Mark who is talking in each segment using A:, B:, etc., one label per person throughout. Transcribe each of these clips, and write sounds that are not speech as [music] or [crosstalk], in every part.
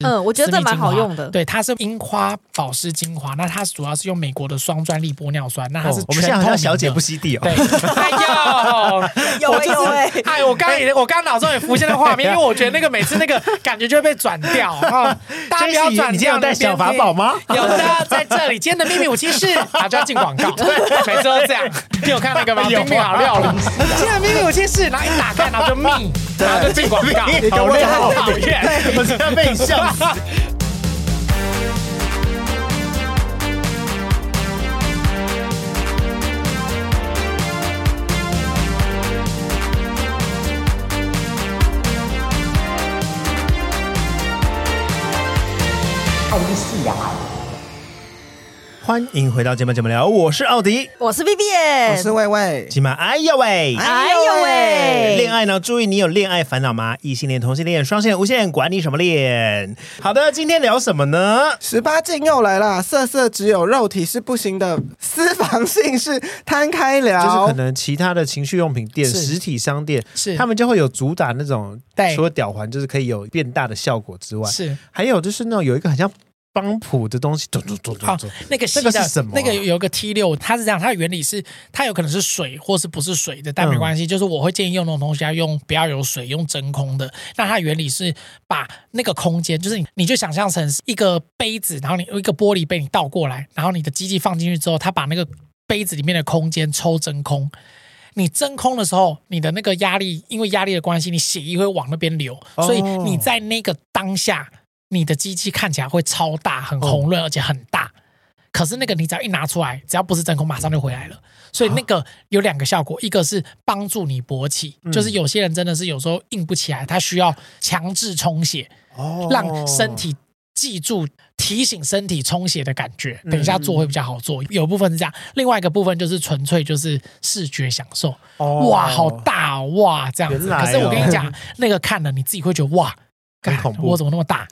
A: 是
B: 嗯我觉得
A: 私
B: 这
A: 密
B: 蛮
A: 精华
B: 好用的
A: [laughs] 对，它是樱花保湿精华，那它主要是用美国的双专利玻尿酸，那它是、
C: 哦我们现在好像小姐不。吸地哦
A: 对，。哎呦，
B: 有哎有哎，
A: 哎，我刚也我刚脑中也浮现了画面，因为我觉得那个每次那个感觉就会被转掉啊。大家不要
C: Jessie，
A: 转
C: 你今天
A: 掉
C: 有带小法宝吗？
A: 有的，在这里，今天的秘密武器是啊，就要进广告，每次都是这样。你有看那个吗？
C: 有
A: 冰冰
C: 啊
A: 好料理，
C: [laughs]
A: 今天的秘密武器是，然后一打开，然后就密，然后就进广告，
C: 你搞
A: 我
C: 不
A: 就
C: 好
A: 很讨厌。
C: [laughs] 我真的被你笑死。 [laughs] 欢迎回到节目，节目聊，我是奥迪，
B: [laughs] 我是 Vivian，
D: 我是魏魏，
C: 今晚哎呀喂，
B: 哎呦喂，
C: 恋爱呢？注意，你有恋爱烦恼吗？异性恋、同性恋、双性恋、无性恋，管你什么恋。好的，今天聊什么呢？
D: 十八禁又来啦！色色只有肉体是不行的，私房性是摊开
C: 就是
D: 聊
C: 可。能其他的情趣用品店、
A: 是
C: 实体商店，
A: 是
C: 他们就会有主打那种
A: 对，
C: 除了吊环，就是可以有变大的效果之外，
A: 是
C: 还有就是那种有一个很像邦普的东西，咚咚咚
A: 好
C: 咚咚，
A: 那个细
C: 那
A: 的
C: 个是什么啊
A: 那个有一个 T 六，它是这样，它的原理是它有可能是水或是不是水的，但没关
C: 嗯
A: 系。就是我会建议用那种东西要用不要有水，用真空的。那它的原理是把那个空间，就是你你就想象成是一个杯子，然后你一个玻璃杯你倒过来，然后你的机器放进去之后，它把那个杯子里面的空间抽真空。你真空的时候，你的那个压力，因为压力的关系，你血液会往那边流，
C: 哦
A: 所以你在那个当下，你的机器看起来会超大、很红
C: 哦
A: 润，而且很大。可是那个你只要一拿出来，只要不是真空，马上就回来
C: 啊
A: 了。所以那个有两个效果，一个是帮助你勃起，
C: 嗯
A: 就是有些人真的是有时候硬不起来，他需要强制充血，
C: 哦
A: 让身体记住提醒身体充血的感觉。
C: 嗯
A: 等一下做会比较好做，有部分是这样，另外一个部分就是纯粹就是视觉享受。
C: 哦
A: 哇，好大、哦、哇，这样子。
C: 原来哦
A: 可是我跟你讲，那个看了你自己会觉得哇，
C: 很
A: 干
C: 恐怖
A: 我怎么那么
C: [laughs]
A: 大？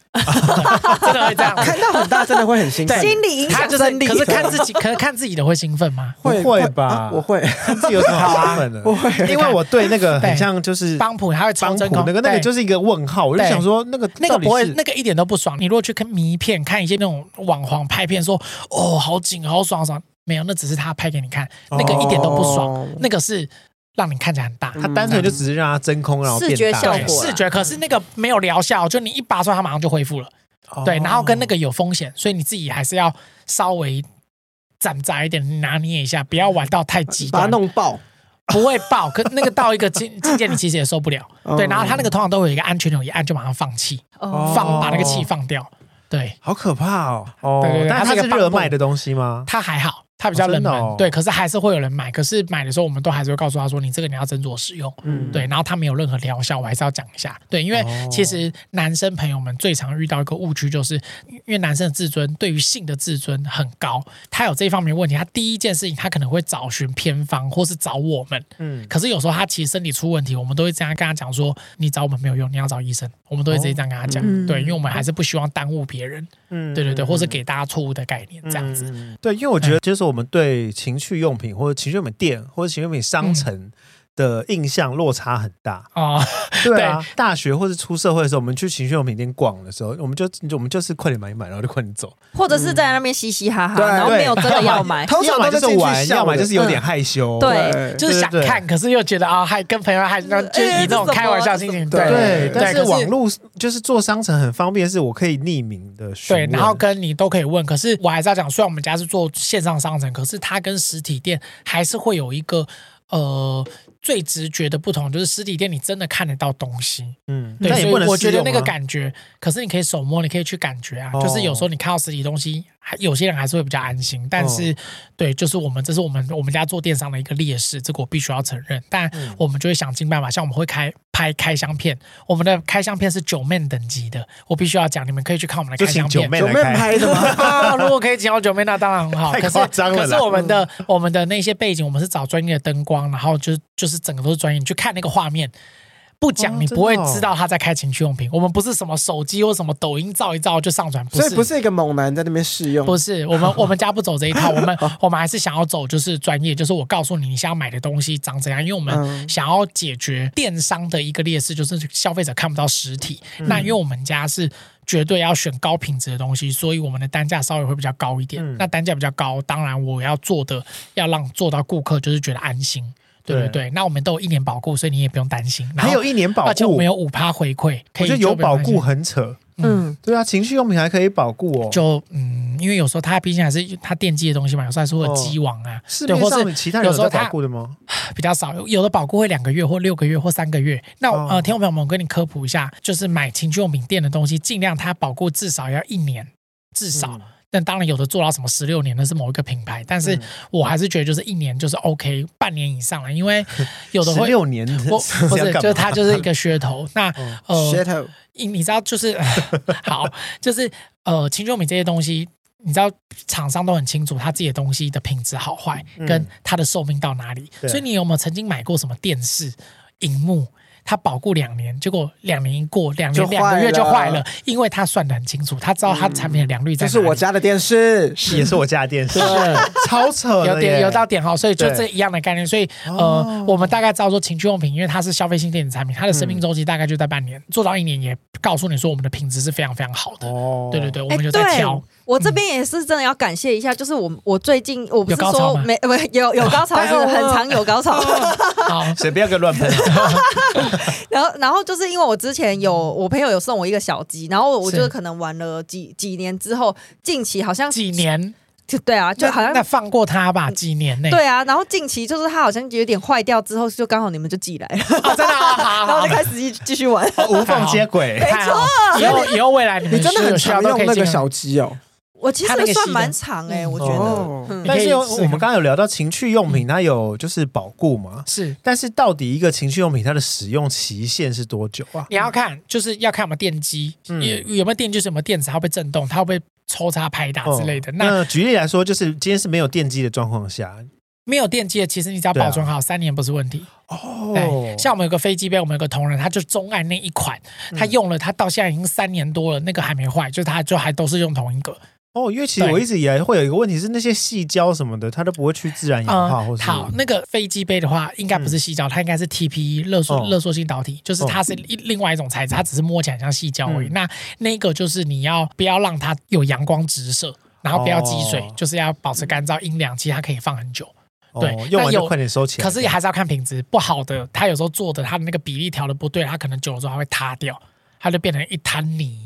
A: 真的会这样子。
D: 看到很大真的会很兴
B: [laughs]
D: 奋，[laughs]
B: 心理影
A: 他
B: 响
A: 就是
B: 真，理
A: 可，是看自己，可是看自己的会兴奋吗？
C: 不会吧
D: 啊我会，
C: 这有什么好
A: [laughs]
C: 兴奋的？
D: 我会。
C: 因为我对那个很像就是
A: 邦普他会抽
C: 邦
A: 真
C: 普
A: 空，
C: 那个那个
A: 对
C: 就是一个问号，我就
A: 对
C: 想说那个
A: 那
C: 到
A: 个
C: 底
A: 不会
C: 是，
A: 那个一点都不爽。你如果去看迷片，看一些那种网黄拍片说，哦好紧好爽好爽，没有，那只是他拍给你看，
C: 哦
A: 那个一点都不爽，
D: 哦
A: 那个是让你看起来很大。
C: 它嗯单纯就只是让它真空，然后
B: 视觉
C: 变大
B: 效
A: 对，
B: 果啦
A: 视觉，可是那个没有疗效，就你一拔出来，它马上就恢复了。
C: 哦
D: 哦
A: 对，然后跟那
C: 个
A: 个有风险，所以你自己还是要稍微攒杂一点，拿捏一下，不要玩到太极
D: 把它
A: 端，
D: 弄爆，
A: 不会爆。可那个
D: [laughs]
A: 到一个境境界，你其实也受不了。对，
D: 嗯
A: 然后它那个通常都会有一个安全钮，一按就马上放气，
B: 哦
A: 放把那个气放掉。对，
C: 好可怕哦！哦
A: 对对对
C: 但
A: 它
C: 它
A: 是
C: 是
A: 个
C: 热
A: 棒
C: 卖的东西吗？
A: 它还好，它比较
C: 哦真
A: 冷
C: 的
A: 门。
C: 哦
A: 对，可是还是会有人买。可是买的时候，我们都还是会告诉他说，你这个你要斟酌使用。
D: 嗯，
A: 对，然后它没有任何疗效，我还是要讲一下。对，因为
C: 哦
A: 其实男生朋友们最常遇到一个误区，就是因为男生的自尊对于性的自尊很高，他有这方面的问题，他第一件事情他可能会找寻偏方，或是找我们。
C: 嗯，
A: 可是有时候他其实身体出问题，我们都会这样跟他讲说，你找我们没有用，你要找医生。我们都会直接这样跟他讲，
B: 嗯
A: 对，因为我们还是不希望耽误别人，
C: 哦嗯
A: 对对对，或是给大家错误的概念这样子。
C: 嗯对，因为我觉得就是我们对情趣用品或者情趣用品店或者情趣用品商
A: 嗯
C: 城的印象落差很
A: [laughs]
C: 大。
A: 哦，
C: 对啊，大学或是出社会的时候，我们去情趣用品店逛的时候，我们就我们就是快点买一买，然后就快点走。
B: 或者是在那边嘻嘻哈哈，
D: 对
B: 然后没有真的要买，
D: 通
C: 要
D: 常
C: 么
D: 都
C: 就是是
D: 进去
C: 玩，
D: 笑
C: 要么就是有点
B: 嗯
C: 害羞。
D: 对
B: 对，
A: 就是想
C: 对对
A: 看，可是又觉得啊，还跟朋友还就是
D: 哎
A: 以那种开玩笑心情，
D: 这是什么
A: 对
C: 对，
D: 对
C: 但是
A: 可
C: 网络就是做商城很方便，是我可以匿名的询
A: 对，
C: 问。
A: 然后跟你都可以问，可是我还是要讲，虽然我们家是做线上商城，可是它跟实体店还是会有一个呃最直觉的不同，就是实体店你真的看得到东西，
C: 嗯，
A: 对，
C: 但也
A: 所
C: 不
A: 以
C: 能
A: 我觉
C: 试
A: 得
C: 用
A: 那个
C: 啊
A: 感觉，可是你可以手摸，你可以去感觉啊，
C: 哦
A: 就是有时候你看到实体东西，还有些人还是会比较安心，但
C: 哦
A: 是、对，就是我们这是我们我们家做电商的一个劣势，这个我必须要承认，但
C: 嗯
A: 我们就会想尽办法，像我们会开拍开箱片，我们的开箱片是九妹等级的，我必须要讲，你们可以去看我们的
C: 就
A: 开箱
C: 请
A: 片
C: 九，妹
D: 有
C: 来
D: 没有
C: 开。
D: 拍
C: [laughs]
D: 的吗？
A: 啊，如果可以请到九妹，那当然很好。
C: 太
A: 可是
C: 夸张了
A: 可
C: 啦嗯
A: 是我们的我们的那些背景，我们是找专业的灯光，然后就就是整个都是专业。你去看那个画面，不讲
C: 哦
A: 你
C: 真的
A: 不会
C: 哦
A: 知道他在开情趣用品。我们不是什么手机或什么抖音照一照就上传， [laughs] 不
D: 所
A: 是
D: 以不是一个猛男在那边试用，
A: 不是，我们我们家不走这一套，我
C: [laughs]
A: 们我们还是想要走就是专业，就是我告诉你你想要买的东西长怎样，因为我们
D: 嗯
A: 想要解决电商的一个劣势，就是消费者看不到实体。
C: 嗯
A: 那因为我们家是。绝对要选高品质的东西，所以我们的单价稍微会比较高一点。
C: 嗯
A: 那单价比较高，当然我要做的要让做到顾客就是觉得安心，对对
C: 对
A: 对。那我们都有一年保固，所以你也不用担心。然
C: 还
A: 后
C: 有一年保
A: 而且我
C: 固
A: 们，有五趴回馈，可
C: 我
A: 以
C: 觉得有
A: 就没
C: 保
A: 关系
C: 固很扯。
B: 嗯，
C: 对啊，情趣用品还可以保固哦，
A: 就嗯，因为有时候它毕竟还是它电机的东西嘛，有时候还是会有机网啊，
C: 哦市
A: 对，
C: 面
A: 或
C: 上
A: 是
C: 其他人
A: 有时候
C: 在
A: 它
C: 保固的吗？
A: 比较少，有有的保固会两个月或六个月或三个月。那我、
C: 哦
A: 呃，听众朋友们，我跟你科普一下，就是买情趣用品店的东西，尽量它保固至少要一年，至少。
C: 嗯
A: 但当然，有的做到什么十六年，那是某一个品牌，但是
C: 嗯
A: 我还是觉得就是一年就是 OK，半年以上了，因为有的
C: 十
A: 会
C: 六年的
A: 我
C: 是
A: 不
C: 要
A: 是，
C: 干
A: 就是
C: 嘛
A: 它就是一个噱头。那
C: 哦
A: 呃，
D: 噱头，
A: 你你知道就是好，就是呃，青春美这些东西，你知道厂商都很清楚他自己的东西的品质好坏，
C: 嗯
A: 跟它的寿命到哪里。
C: 对
A: 所以你有没有曾经买过什么电视荧幕？它保固两年，结果两年一过，两
D: 就
A: 年
D: 坏
A: 两个月就坏了
D: 了，
A: 因为他算的很清楚，他知道他产品的良率在
D: 这
A: 哪里。
D: 是我家的电视，
C: [laughs] 也是我家的电视，超扯
A: 有
C: 的
A: 点
C: 耶
A: 有到点哦哈，所以就
C: 对
A: 这一样的概念。所以
C: 哦
A: 呃，我们大概知道说情趣用品，因为它是消费性电子产品，它的生命周期大概就在半年，做到一年也告诉你说我们的品质是非常非常好的。
C: 哦
A: 对对对，我
B: 哎，
A: 们就
B: 对，
A: 在挑。嗯
B: 我这边也是真的要感谢一下，就是我我最近我不是
A: 有高潮
B: 说
A: 吗
B: 没不有有高潮
C: 哎
B: 是
C: 呦
B: 很常有高潮，
A: 好，
C: 谁不要给我乱喷？
B: [laughs]
C: 啊
A: [laughs]
B: 然后，然后就是因为我之前有我朋友有送我一个小鸡，然后我
A: 嗯是
B: 就是可能玩了几几年之后，近期好像
A: 几年
B: 就对啊， [laughs] 就
A: 那
B: 好像
A: 那放过他吧，几年内
B: 对啊，然后近期就是它好像有点坏掉之后，就刚好你们就寄来了，
A: 啊，真的好
B: [laughs] 然
A: 好
B: 后
A: 好
B: 我就开始继继续玩。
C: 无缝接轨，
A: 太好了，以后以后未来你
D: 你
A: 们
D: 真的
A: 有
D: 很
A: 需要
D: 常
A: 都
D: 用
A: 可以
D: 那
A: 进
D: 个
A: 来
D: 小鸡哦，
B: 我其
A: 它那个
B: 实
A: 系
B: 算
A: 的
B: 蛮长哎、
A: 嗯
B: 我觉得，
D: 哦
B: 嗯
A: 对
C: 但是有
A: 你可以试试
C: 我
A: 看
C: 们刚刚有聊到情趣用品，它有就是保固嘛，
A: 是。
C: 但是到底一个情趣用品它的使用期限是多久啊？
A: 你要看，
D: 嗯
A: 就是要看我们电机，有
C: 嗯
A: 有没有电，就是有没有电池，它会不会震动，它会不会抽插拍打啊之类的。
C: 哦
A: 那
D: 嗯
C: 那举例来说，就是今天是没有电机的状况下，
A: 没有电机的，其实你只要保
D: 啊
A: 存好，三年不是问题。
C: 哦
A: 对，，像我们有个飞机杯，我们有个同仁，他就钟爱那一款，
D: 嗯
A: 他用了，他到现在已经三年多了，那个还没坏，就他就还都是用同一个。
C: 哦，因为其实
A: 对
C: 我一直以来会有一个问题是，那些细胶什么的，它都不会去自然氧化，
A: 嗯
C: 或是
A: 好，那个飞机杯的话，应该不是细胶，它应该是 TPE 热
C: 哦
A: 塑热塑性导体，就是它是一另外一种材质，它只是摸起来像细胶而已。
C: 嗯
A: 那那个就是你要不要让它有阳光直射，然后不要积水，
C: 哦
A: 就是要保持干燥阴凉，其实它可以放很久。
C: 哦
A: 对
C: 用完
A: 但有
C: 就快点收起来。
A: 可是也还是要看品质，不好的，它有时候做的它的那个比例调的不对，它可能久了之后它会塌掉，它就变成一滩
C: [laughs]
A: 泥。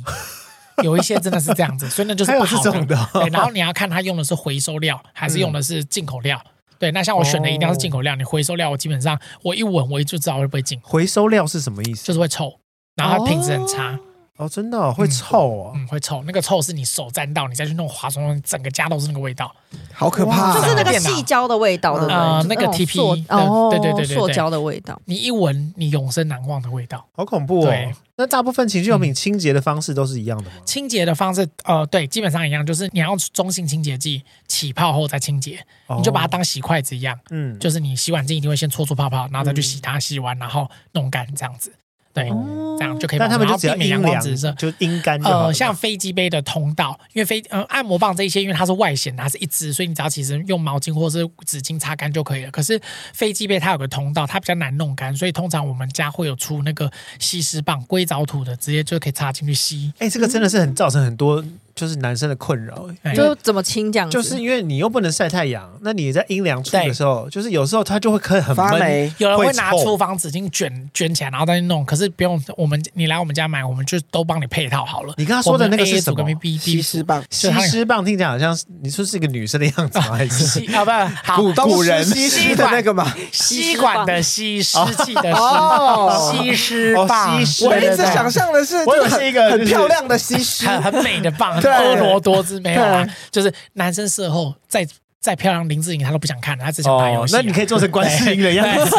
A: 有一些真的是这样子，所以那就是不好
C: 还有这种的哦
A: 对，然后你要看它用的是回收料还是用的是进口料。对，那像我选的一定要是进口料，你回收料我基本上我一闻我就知道会不会进，
C: 回收料是什么意思？
A: 就是会臭，然后它品质很差，
C: 哦，真的哦会臭啊！
A: 嗯，会臭。那个臭是你手沾到，你再去弄滑松，整个家都是那个味道。
D: 好可
C: 哇
D: 怕，
B: 就是那个
A: 电脑
B: 细胶的味道，对不对？就
A: 啊
B: 是
A: 那个
B: 种
A: TPE
B: 塑
A: 的
B: 哦，
A: 对对对对对
B: 塑胶的味道。
A: 你一闻，你永生难忘的味道。
C: 好恐怖哦
A: 对！
C: 那大部分情趣用品清洁的方式都是一样的吗？
A: 清洁的方式，呃，对，基本上一样，就是你要用中性清洁剂起泡后再清洁，
C: 哦
A: 嗯你就把它当洗筷子一样，
C: 嗯，
A: 就是你洗碗巾一定会先搓出泡泡，然后再去洗它，洗完然后弄干这样子，对，
C: 哦
A: 这样就可以保
C: 但
A: 持。
C: 他们就
A: 然后
C: 只要
A: 避免
C: 阴
A: 阳光
C: 凉
A: 直射，。
C: 就阴干就好了
A: 呃，像飞机杯的通道，因为飞呃按摩棒这一些，因为它是外显的，它是一支，所以你只要其实用毛巾或是纸巾擦干就可以了。可是飞机杯它有个通道，它比较难弄干，所以通常我们家会有出那个吸湿棒、硅藻土的，直接就可以插进去吸。
C: 哎，这个真的
A: 嗯
C: 是很造成很多就是男生的困扰，哎
A: 哎
B: 就怎么清这样子，
C: 就是因为你又不能晒太阳，那你在阴凉处的
A: 对
C: 时候，就是有时候它就会很很
D: 发
C: 闷，
D: 霉，
A: 有人会拿
C: 会臭
A: 厨房纸巾卷卷起来，然后再去弄。可是不用，我们你来我们家买，我们就都帮你配套好了。
C: 你刚刚说的那个是什么
A: 我们 A 组跟 B
D: 吸
A: B
D: 湿棒，
A: 就
C: 吸
A: 它那个
C: 湿棒听起来好像是你说是一个女生的样子吗？还是
A: [laughs] 吸啊，不好
C: 古古人
D: 东施西施的那个嘛，
A: 吸管的吸，湿气的
D: 哦
A: 湿，吸湿棒
C: 哦吸，湿
A: 对
D: 我一
A: 对
D: 直
A: 对
D: 想象的是，
C: 我以为
D: 就是
C: 一个
D: 很
C: 就
D: 很
C: 是
D: 漂亮的西施，
A: 很很美的棒，很
D: 对
A: 婀娜多姿，没有啊
D: 对，
A: 就是男生事后再再漂亮林志颖，他都不想看，他只想打游
C: 哦，
A: 戏啊。
C: 那你可以做成观世音的 [laughs] 样子，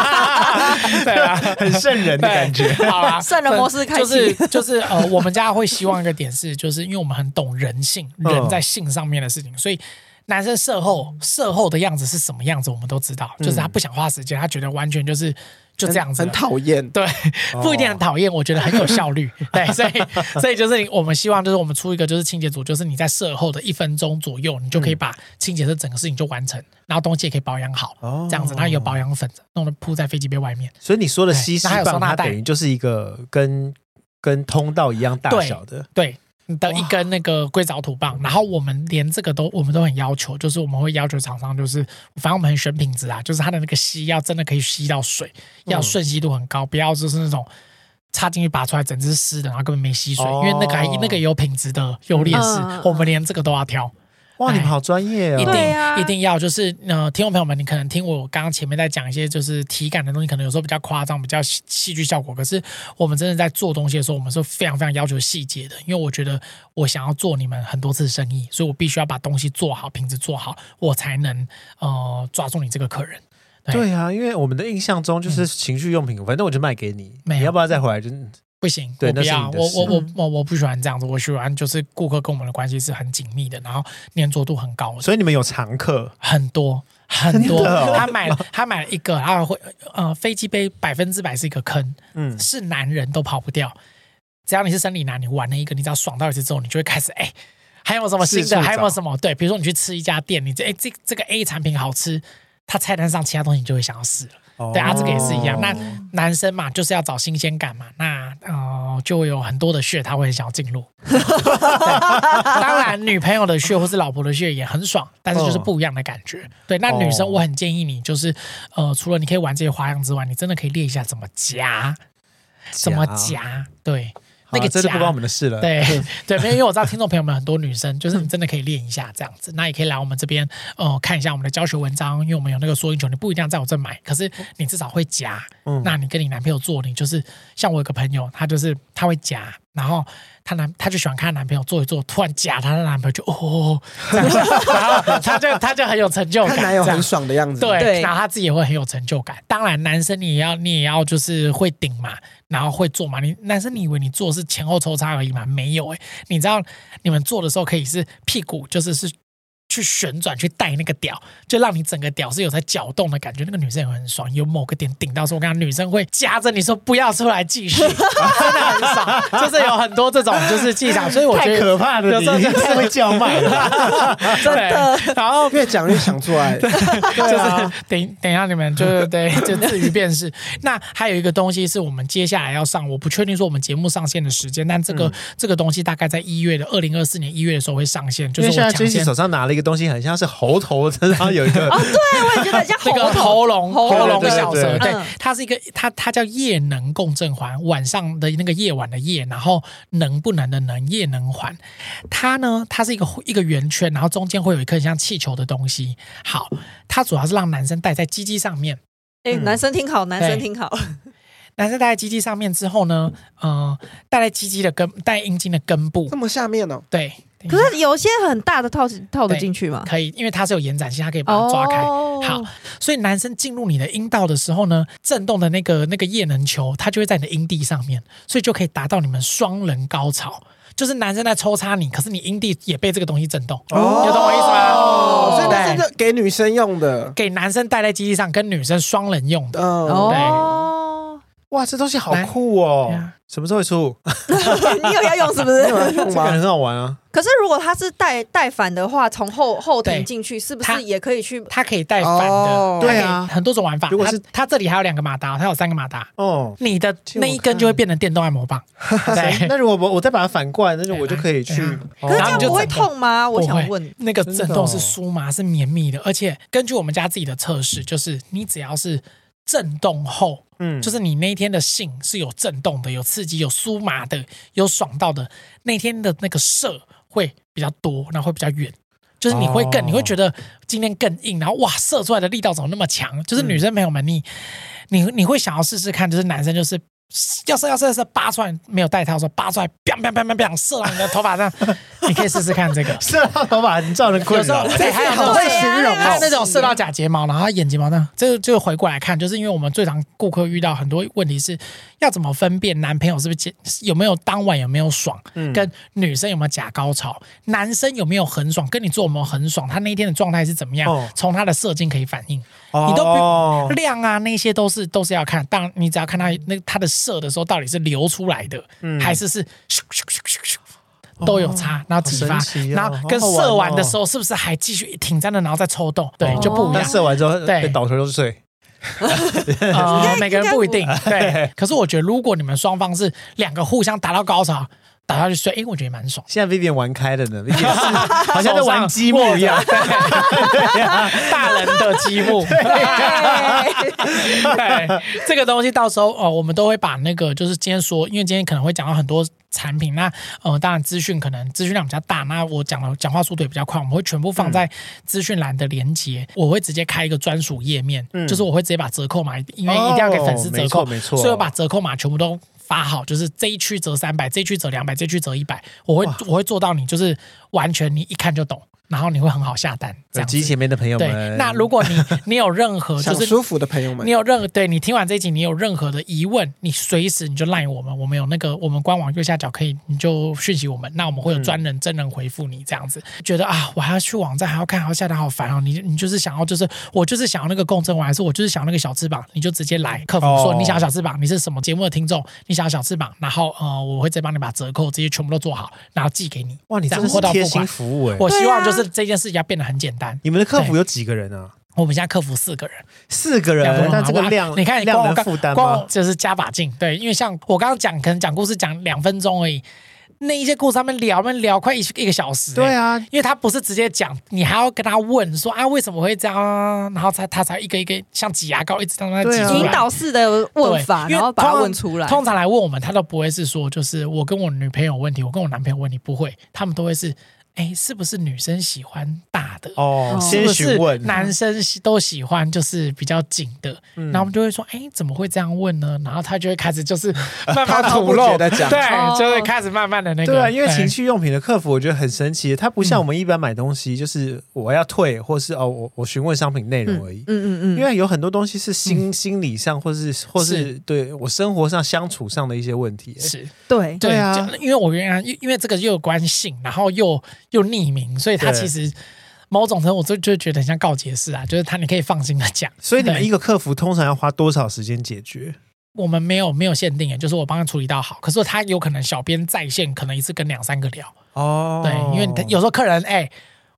A: 对对啊，
C: 很圣
A: [laughs]
C: 人的感觉。
A: 对好 [laughs] 啦，
B: 圣人模式开启
A: 就是就是呃，我们家会希望一个点是，就是因为我们很懂人性，
C: 嗯
A: 人在性上面的事情，所以。男生事后事后的样子是什么样子，我们都知道，就是他不想花时间，他觉得完全就是 [laughs] 就这样子啊
D: 很
A: 了。
D: 讨厌。
A: 对，不一定很讨厌，我觉得很有效率。对，所以所以就是我们希望就是我们出一个就是清洁组，就是你在事后的一分钟左右，你就可以把清洁这整个事情就完成，然后东西也可以保养好，
C: 哦
A: 这样子，然后有保养粉弄得铺在飞机杯外面。
C: 所以你说的吸吸
A: 哎那还有收
C: 棒，
A: 纳
C: 它
A: 袋
C: 等于就是一个跟跟通道一样大小的，
A: 对。的一根那个硅藻土棒，然后我们连这个都我们都很要求，就是我们会要求厂商，就是反正我们很选品质啊，就是它的那个吸要真的可以吸到水，
B: 嗯
A: 要瞬吸度很高，不要就是那种插进去拔出来整只湿的，然后根本没吸水，
C: 哦
A: 因为那个还那个也有品质的优劣势，
B: 嗯
A: 我们连这个都要挑。
C: 哇，你们好专业
A: 哎一定、
C: 哦！
B: 对啊
A: 一定要就是呃，听众朋友们，你可能听我刚刚前面在讲一些就是体感的东西，可能有时候比较夸张，比较戏戏剧效果。可是我们真的在做东西的时候，我们是非常非常要求细节的，因为我觉得我想要做你们很多次生意，所以我必须要把东西做好，品质做好，我才能呃抓住你这个客人。
C: 对啊，因为我们的印象中就是情趣用品，反正我就卖给你，
A: 嗯没有
C: 你要不要再回来就？
A: 不行，
C: 对
A: 我不
C: 那是
A: 要，
C: 你的
A: 我
C: 事
A: 我我我我不喜欢这样子，我喜欢就是顾客跟我们的关系是很紧密的，然后粘着度很高的。
C: 所以你们有常客
A: 很多很多，
C: 真的哦
A: 他买他买了一个，然后会呃飞机杯百分之百是一个坑，
C: 嗯
A: 是男人都跑不掉。只要你是生理男，你玩了一个，你只要爽到一次之后，你就会开始哎、还有没有什么新
C: 四处
A: 的？
C: 找
A: 还有没有什么？对，比如说你去吃一家店，你这哎、这这个 A 产品好吃，它菜单上其他东西你就会想要试了。对啊，这个也是一
C: 哦
A: 样。那男生嘛，就是要找新鲜感嘛。那呃，就会有很多的血，他会很想要
C: [laughs]
A: 进入。对当然，女朋友的血或是老婆的血也很爽，但是就是不一样的感觉。对，
C: 哦
A: 那女生我很建议你，就是呃，除了你可以玩这些花样之外，你真的可以练一下怎么夹，怎么夹。对，
C: 好
A: 那个
C: 真的
A: 夹
C: 不关我们的事了。
A: 对
D: [laughs]
A: 对，没有，因为我知道听众朋友们很多女生，就是你真的可以练一下这样子，那也可以来我们这边呃看一下我们的教学文章，因为我们有那个缩阴球，你不一定要在我这买，可是你至少会夹。
C: 嗯
A: 那你跟你男朋友做，你就是像我有个朋友，他就是他会夹，然后她男她就喜欢看她男朋友做一做，突然夹她的男朋友就哦哦，哦这样子 [laughs] 然后她就她就很有成就
D: 她
A: 感，
D: 男友
A: 哦这样
D: 很爽的样子，
A: 对，
B: 对
A: 然后他自己也会很有成就感。当然，男生你也要，你也要就是会顶嘛，然后会做嘛。你男生你以为你做是前后抽插而已嘛？没有诶、你知道你们做的时候可以是屁股，就是是去旋转去带那个屌，就让你整个屌是有在搅动的感觉。那个女生也会很爽，有某个点顶到的时候，我跟你讲女生会夹着你说不要出来继续，真的很爽，就是有很多这种就是技巧。所以我觉
C: 太
A: 得
C: 可怕了，
A: 有
C: 你
A: 时候就是
C: 太会叫卖了。
A: 真的，然后
D: 越讲越想
A: [laughs]
D: 做爱，对啊，
A: 就是等等一下你
C: [laughs]
A: 们就是对，就自娱便是。那还有一个东西是我们接下来要上，我不确定说我们节目上线的时间，但这
C: 嗯
A: 个、这个东西大概在一月的二零二四年一月的时候会上线， [laughs] 就
C: 因
A: 是啊我
C: 为
A: 抢
C: 现在 j e
A: 先
C: 手。上拿了一个东西，很像是猴头，然后有一个
B: 哦，对，我也觉得很像
A: 那个
B: 喉头
A: 喉咙喉
B: 喉
A: 咙
C: 对对
A: 小
C: 对
A: 舌，对
C: 对
B: 嗯，
A: 它是一个它它叫夜能共振环，晚上的那个夜晚的夜，然后能不能的能夜能环，它呢它是一个一个圆圈，然后中间会有一颗像气球的东西。好，它主要是让男生戴在鸡鸡上面，
B: 哎，男生听好，男生
A: 嗯对嗯
B: 听好，
A: 男生戴在鸡鸡上面之后呢，呃，戴在鸡鸡的根，戴阴茎的根部
D: 这，么下面哦，
A: 对，
B: 可是有些很大的套套得进去吗？
A: 可以，因为它是有延展性，它可以把它抓开。
B: 哦
A: 好，所以男生进入你的阴道的时候呢，震动的那个那个液能球，它就会在你的阴蒂上面，所以就可以达到你们双人高潮。就是男生在抽插你，可是你阴蒂也被这个东西震动，有懂我意思吗？
D: 哦所以那是
A: 对
D: 就给女生用的，
A: 给男生戴在鸡鸡上，跟女生双人用的。
D: 嗯，
B: 哦，
C: 哇，这东西好酷哦
A: 来对啊！
C: 什么时候会出？
B: [laughs] 你有要用是不是
A: [laughs]
D: 没？有
C: 这
D: 人用
C: 个很
D: 吗？
C: 好玩啊！
B: 可是如果他是带带反的话，从后后
A: 对
B: 庭进去，是不
A: 他
B: 是也可以去？
A: 它可以带反的
D: 哦，
A: 它可以
C: 对啊
A: 很多种玩法。
C: 如果是
A: 它它这里还有两个马达，它有三个马达，
C: 哦，
A: 你的
D: 借我
A: 那一根就会变成电动按摩棒。对，
C: 那如果我我再把它反过来，那就我就可以去
A: 对啊。
C: 哦
B: 可是这
A: 然后
C: [laughs]
B: 样
A: 你就
B: 不会
A: 整个
B: 痛吗？我
A: 不会
B: 想问，
A: [laughs] 那个震动是
C: 真的哦
A: 酥麻，是绵密的，而且根据我们家自己的测试，就是你只要是震动后，
C: 嗯
A: 就是你那一天的性是有震动的，有刺激，有酥麻的，有爽到的，那天的那个射会比较多，然后会比较远。就是你会更，
C: 哦
A: 你会觉得今天更硬，然后哇，射出来的力道怎么那么强？就是
C: 嗯
A: 女生朋友们，你你你会想要试试看，就是男生就是要射要射要射拔出来，没有带套的时候拔出来，砰砰砰砰砰射到你的头发上， [laughs] 你可以试试看这个。
C: 射到啊头发，你造成困
A: 有时
C: 扰
A: 候。对，哎还有那
D: 好
A: 种
D: 会形容
A: 还有
D: 哦，
A: 那种射到假睫毛，然后他眼睫毛呢，这就回过来看，就是因为我们最常顾客遇到很多问题是，要怎么分辨男朋友是不是假有没有当晚有没有爽，
C: 嗯
A: 跟女生有没有假高潮，男生有没有很爽，跟你做有没有很爽，他那一天的状态是怎么样
C: 哦，
A: 从、他的射精可以反映。
C: 哦
A: 你都不量啊，那些都是都是要看，当然你只要看他那他的射的时候到底是流出来的，
C: 嗯
A: 还是是咻咻咻咻咻都有差，然后激发，
C: 好哦神奇哦
A: 然后跟
C: 好好玩哦
A: 射完的时候是不是还继续停在那，然后再抽动，对，
C: 哦
A: 就不一
C: [laughs] 但
A: 样。
C: 射完之后，
A: 对
C: 被倒头就睡。哦
A: 呃，每个人不一定。
C: [laughs]
A: 对，可是我觉得如果你们双方是两个互相达到高潮，打下去睡，因为我觉得
C: [laughs]
A: 蛮爽。
C: 现在 Vivian 玩开了呢
A: [laughs]
C: ，Vivian 是好像在玩积木一样
A: 手，上握着，对大人的积木。 [laughs] 啊对，这个东西到时候哦、呃我们都会把那个就是今天说，因为今天可能会讲到很多产品，那呃，当然资讯可能资讯量比较大，那我讲的讲话速度也比较快，我们会全部放在资讯栏的连接，我会直接开一个专属页面，
C: 嗯
A: 就是我会直接把折扣码，因为一定要给粉丝折扣，
C: 哦没错没错
A: 所以我把折扣码全部都。发好就是这一区折三百，这一区折两百，这一区折一百，我会我会做到你就是完全你一看就懂，然后你会很好下单这
C: 耳
A: 样
C: 机
A: 子。
C: 前面的朋友
A: 对
C: 们，，
A: 那如果你你有任
C: [laughs]
A: 何就
D: 想 [laughs]
A: 是
D: 舒服的朋友们
A: 你，有任何对你听完这一集，你有任何的疑问，你随时你就赖我们，我们有那个我们官网右下角可以，你就讯息我们，那我们会有专人真人回复你这样子。觉得啊，我还要去网站，还要看，还要下单，好烦哦。你你就是想要，就是我就是想要那个共振丸，还是我就是想要那个小翅膀，你就直接来客服说
C: 哦
A: 你想要小翅膀，你是什么节目的听众，你想要小翅膀，然后呃，我会再帮你把折扣这些全部都做好，然后呃寄给你。
C: 哇，你
A: 这
C: 真
A: 样
C: 的是
A: 货到
C: 贴
A: 付
C: 心啊
A: 款。
C: 服务哎！
A: 我希望
B: 对
A: 就
B: 啊
A: 是这件事情要变得很简单。
C: 你们的客服有几个人啊？
A: 我们现在客服四个人。
C: 四个
A: 两分
C: 人，
A: 钟
C: 但
A: 嘛
C: 这个
A: 哇
C: 量，
A: 你看
C: 量
A: 光我
C: 能
A: 刚
C: 负担
A: 光我
C: 吗？
A: 就是加把劲，对，因为像我刚刚讲，可能讲故事讲两分钟而已，那一些故事他们聊，他们聊快一一个小时、
C: 对啊
A: 欸，因为他不是直接讲，你还要跟他问说啊为什么会这样啊，然后才他才一个一个像挤牙膏一直让他挤
C: 对啊
A: 出来。
B: [laughs] 引导式的问法，
A: 对因为
B: 然后把它
A: 通
B: 问出来。
A: 通常来问我们，他都不会是说，就是我跟我女朋友有问题，我跟我男朋友有问题，不会，他们都会是，哎，是不是女生喜欢大的？
C: 哦，
A: 是
C: 先
A: 不
C: 询
A: 是
C: 问
A: 男生喜都喜欢就是比较紧的，
C: 嗯
A: 然后我们就会说，哎，怎么会这样问呢？然后他就会开始
C: [laughs]
A: 就是慢慢
D: 滔滔
A: 吐
D: 不
A: 露
D: 绝的讲，
B: 哦
A: 对，就会开始慢慢的那个，嗯
C: 对啊，因为情趣用品的客服我觉得很神奇，它不像我们一般买东西，就是我要退，或是哦我我询问商品内容而已。
B: 嗯嗯
C: 因
B: 嗯，
C: 为有很多东西是心、心理上，或是或是
A: 嗯是
C: 对我生活上相处上的一些问题。
A: 是
B: 对，
A: 对
C: 对啊
A: 就因为我原来因因为这个又有关性，然后又又匿名，所以他
C: 对
A: 其实某种程度我就就觉得很像告解式啊，就是他你可以放心的讲。
C: 所以你们
A: 对
C: 一个客服通常要花多少时间解决？
A: 我们没有没有限定耶，就是我帮他处理到好，可是他有可能小编在线，可能一次跟两三个聊，
C: 哦
A: 对，因为他有时候客人哎。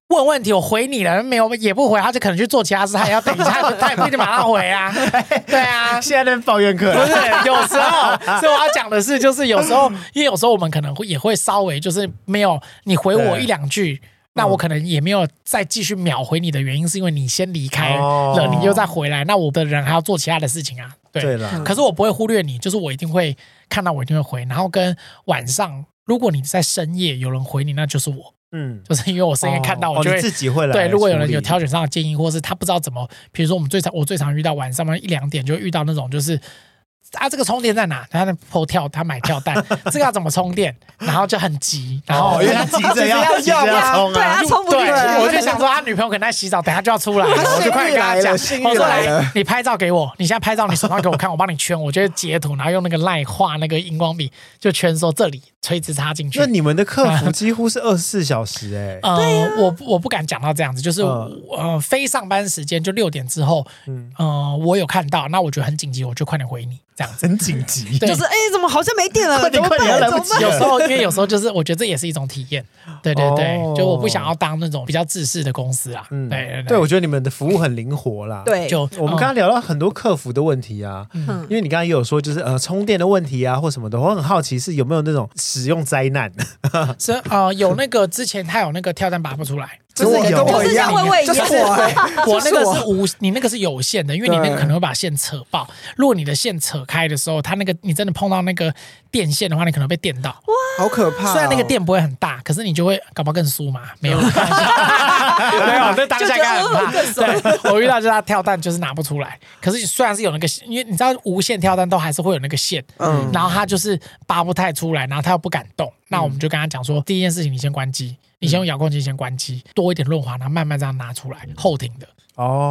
A: 问问题我回你了，没有也不回，他就可能去做其他事，他也要等一
C: [laughs]
A: 下，他也不一定马上回啊。对啊，
C: 现在在抱怨客
A: 不
C: 人
A: 是，有时候，所以我要讲的是，就是有时候，
C: 嗯
A: 因为有时候我们可能会也会稍微就是没有你回我
C: 对
A: 一两句。那我可能也没有再继续秒回你的原因，是因为你先离开了，
C: 哦
A: 你又再回来，那我的人还要做其他的事情啊。
C: 对啦，
A: 可是我不会忽略你，就是我一定会看到，我一定会回。然后跟晚上，如果你在深夜有人回你，那就是我，
C: 嗯，
A: 就是因为我深夜看到，我就
C: 哦
A: 会
C: 你自己会来
A: 对，如果有人
C: 处理
A: 有挑选上的建议，或是他不知道怎么，比如说我们最常我最常遇到晚上嘛一两点就遇到那种就是。啊，这个充电在哪？他在破跳，他买跳蛋， [laughs] 这个要怎么充电？然后就很急，然后
C: 哦，因为他急着要
D: 要
C: 急着
D: 要
C: 要
D: 啊
C: 冲
B: 对
C: 啊
B: 啊，，冲不进去。
A: 对，我就想说他女朋友可能在洗澡，等下就要出来了，
D: 他
A: 我就快点跟他讲，
D: 幸运
A: 我
D: 来了幸运
A: 说
D: 来了
A: 来，你拍照给我，你现在拍照你手上给我看，我帮你圈，我就会截图，然后用那个赖画那个荧光笔就圈说这里垂直插进去。
C: 那你们的客服几乎是二十四小时
A: [laughs]
C: 哎、
A: 呃，我不我不敢讲到这样子，就是、
C: 嗯
A: 呃，非上班时间就六点之后，嗯、呃，我有看到，那我觉得很紧急，我就快点回你这样子。
C: 真紧急。
A: 对
B: 就是哎，怎么好像没电了？
C: 快
B: 怎
C: 点
B: 么
C: 快点
B: 办？
C: 来
B: 怎
C: 不
B: 么
C: 及
B: 办？
A: 有时候，因为有时候就是，我觉得这也是一种体验，对对对，
C: 哦
A: 就我不想要当那种比较自私的公司啊，
C: 嗯
A: 对对
C: 对，我觉得你们的服务很灵活啦。，
B: 对，
A: 就呃
C: 我们刚刚聊到很多客服的问题啊，
B: 嗯
C: 因为你刚刚也有说，就是呃充电的问题啊，或什么的，我很好奇是有没有那种使用灾
A: [laughs]
C: 难，
A: 是呃有那个之前他有那个跳蛋拔不出来，
D: 就是
C: 我有
D: 跟我一样
B: 就是像魏魏，一样
D: 就是我哎，
A: 我那个
D: 就是
A: 无，你那个是有限的，因为你那个可能会把线扯爆。如果你的线扯开的时候，它那个你真的碰到那个电线的话，你可能会被电到。
D: 好可怕哦。
A: 虽然那个店不会很大，可是你就会搞不好更酥嘛？没 [laughs] 有，开玩笑没有，这当下干很怕。对，呃我遇到就是他跳蛋就是拿不出来，可是虽然是有那个，因为你知道无线跳蛋都还是会有那个线，
D: 嗯
A: 然后他就是拔不太出来，然后他又不敢动，那我们就跟他讲说，第一件事情你先关机，你先用遥控器先关机，多一点润滑，然后慢慢这样拿出来，后挺的。
C: 哦，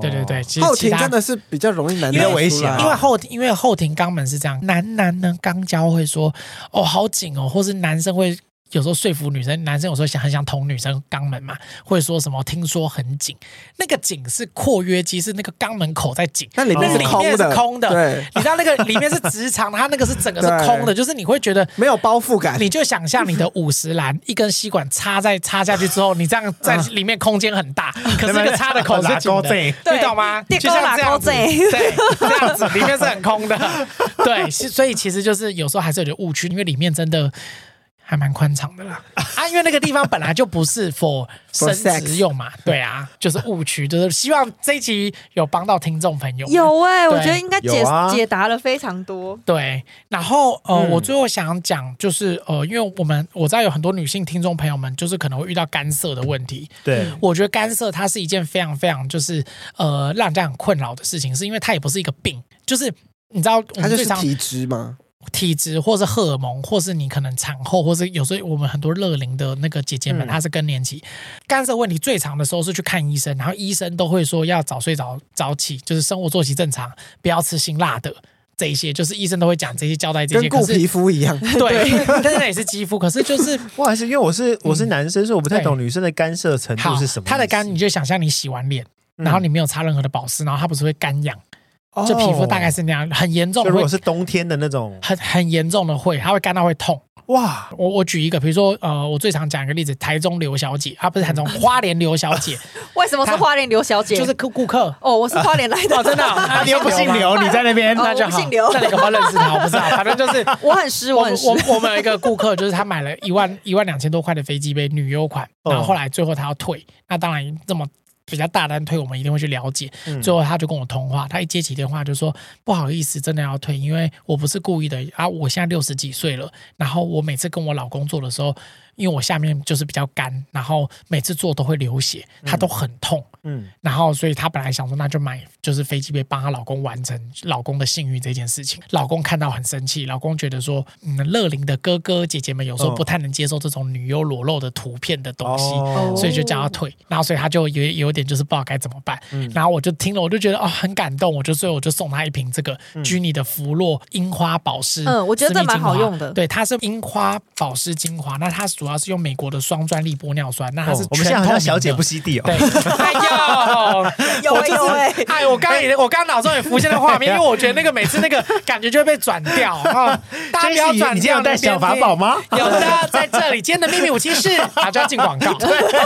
A: 对对对，，其实
D: 后
A: 其
D: 庭
A: 他
D: 真的是比较容易难
C: 因为
D: 料出来
C: 危险啊
A: 因为后因为后庭肛门是这样，男男呢肛交会说哦好紧哦，或是男生会有时候说服女生，男生有时候想很想捅女生肛门嘛，会说什么听说很紧，那个紧是括约肌，是那个肛门口在紧。
D: 那里面
A: 那
D: 是
A: 里面
D: 空的，
A: 是空的
D: 对，
A: [laughs] 你知道那个里面是直肠，它那个是整个是空的，
D: 对
A: 就是你会觉得
D: 没有包覆感。
A: 你就想象你的五十岚一根吸管插在插下去之后，你这样在里面空间很
D: [laughs]
A: 大，可是那个插的口是
C: 拉
A: 紧
C: 钩
A: 的，
C: 子
B: 对
A: 你懂吗？
B: 电
A: 就
B: 钩
A: 像
B: 拉
A: 这
B: 钩
A: 样子，
B: 子
A: 对，这样子里面是很空的，对，是所以其实就是有时候还是有点误区，因为里面真的。还蛮宽敞的啦，啊，因为那个地方本来就不是 for
D: For
A: 生殖
D: sex
A: 用嘛，对啊，就是误区，就是希望这一集有帮到听众朋友们。
B: 有哎、我
A: 对
B: 觉得应该解、
C: 有啊
B: 解答了非常多。
A: 对，然后呃，
C: 嗯
A: 我最后想讲就是呃，因为我们我知道有很多女性听众朋友们，就是可能会遇到干涉的问题。
C: 对
A: 我觉得干涉它是一件非常非常就是呃让人家很困扰的事情，是因为它也不是一个病，就是你知道我
D: 它
A: 们
D: 就
A: 最
D: 是
A: 常
D: 体质嘛，
A: 体质，或是荷尔蒙，或是你可能产后，或是有时候我们很多乐龄的那个姐姐们，
C: 嗯
A: 她是更年期，干涉问题最长的时候是去看医生，然后医生都会说要早睡早早起，就是生活作息正常，不要吃辛辣的。这一些就是医生都会讲这些交代这
D: 跟
A: 些，
D: 顾
A: 可
D: 皮
A: 是
D: 肤一
A: [laughs]
D: 样。
A: 对，但是那也是肌肤，可是就是
C: 我还是因为我是我是男生，所以我不太
A: 对
C: 懂女生的干涉程
A: 好
C: 度是什么意思。
A: 它的干，你就想象你洗完脸，然后你没有擦任何的保湿，然后它不是会干痒，
C: 哦
A: 就皮肤大概是那样，很严重
C: 就如
A: 会
C: 果是冬天的那种，
A: 很很严重的会，它会干到会痛。
C: 哇，
A: 我我举一个，比如说呃，我最常讲一个例子，台中刘小姐，啊不是台中，花莲刘小姐，
B: 为什么是
A: 他
B: 花莲刘小姐？
A: 就是顾顾客。
B: 哦，我是花莲来的，
A: 哦，真的哦、啊
C: 你又不姓
A: 吗
C: [laughs] 刘，你在那边
B: 哦
A: 那就
B: 我
A: 好。
B: 不姓刘
A: 那你可不认识他？我不知道，反正就是
B: 我很湿，我
A: [laughs] 我
B: 很湿。
A: 我我们有一个顾客，就是他买了一万一万两千多块的飞机杯女优款，
C: 哦
A: 然后后来最后他要退，那当然这么。比较大单退，我们一定会去了解。
C: 嗯
A: 最后他就跟我通话，他一接起电话就说：“不好意思，真的要退，因为我不是故意的啊！我现在六十几岁了，然后我每次跟我老公做的时候，因为我下面就是比较干，然后每次做都会流血，他都很痛。
C: 嗯，
A: 然后，所以她本来想说，那就买就是飞机杯帮她老公完成老公的性欲这件事情。老公看到很生气，老公觉得说，嗯，乐龄的哥哥姐姐们有时候
C: 嗯
A: 不太能接受这种女优裸露的图片的东西，
C: 哦
A: 所以就叫她退。然后，所以她就有有点就是不知道该怎么办。
C: 嗯
A: 然后我就听了，我就觉得哦很感动，我就所以我就送她一瓶这个
C: 嗯
A: 居尼的芙洛樱花保湿，
B: 嗯我觉得这蛮好用的
A: 对，它是樱花保湿精华，那它主要是用美国的双专利玻尿酸，那它是
C: 哦我们现在
A: 全透
C: 好像
A: 明
C: 小姐
A: 的
C: 不吸 [laughs] 地哦，
A: 对，哎呦，
B: 有
A: 我
B: 欸
A: 就
B: 有欸
A: 是，哎，我刚刚也，我刚刚脑中也浮现了画面，因为我觉得那个每次那个感觉就会被转掉啊，大家不要
C: Jessie，
A: 转
C: 你今天
A: 掉。
C: 有带小法宝吗？
A: 有的，在这里，今天的秘密武器是
C: [laughs]
A: 啊，就要进广告，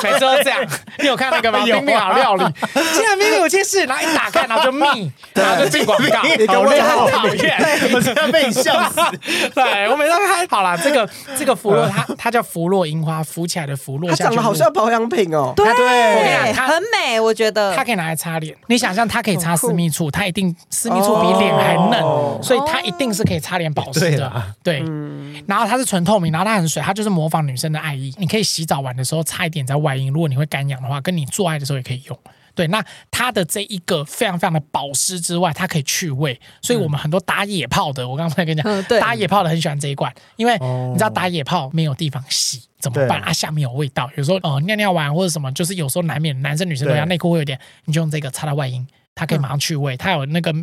A: 每次都这样。你有看那个吗？
C: 有啊
A: 冰冰好料理，今天的秘密武器是，然后一打开，然后就密，然后就进广告，
C: 你跟
A: 好
C: 我
A: 累
C: 讲
A: 好讨厌。
C: 我真的被你笑死。
A: [laughs] 对，我每次都看好啦，这个这个弗洛，它它叫弗洛樱花，浮起来的弗洛，
D: 它长得好像保养品哦。
B: 对，
A: 我跟你讲他
B: 很美，我觉得
A: 它可以拿来擦脸。你想象它可以擦私密处，它一定私密处比脸还嫩，
D: 哦
A: 所以它一定是可以擦脸保湿
C: 对
A: 的
C: 啦。
A: 对，
B: 嗯
A: 然后它是纯透明，然后它很水，它就是模仿女生的爱意。你可以洗澡完的时候擦一点在外阴，如果你会干痒的话，跟你做爱的时候也可以用。对，那它的这一个非常非常的保湿之外，它可以去味，所以我们很多打野炮的，我刚才跟你讲，
B: 嗯对
A: 打野炮的很喜欢这一罐，因为
C: 哦
A: 你知道打野炮没有地方洗怎么办
C: 对
A: 啊？下面有味道，有时候呃尿尿完或者什么，就是有时候难免男生女生都要
C: 对嗯
A: 内裤会有点，你就用这个擦到外阴。它可以马上去味，它有那个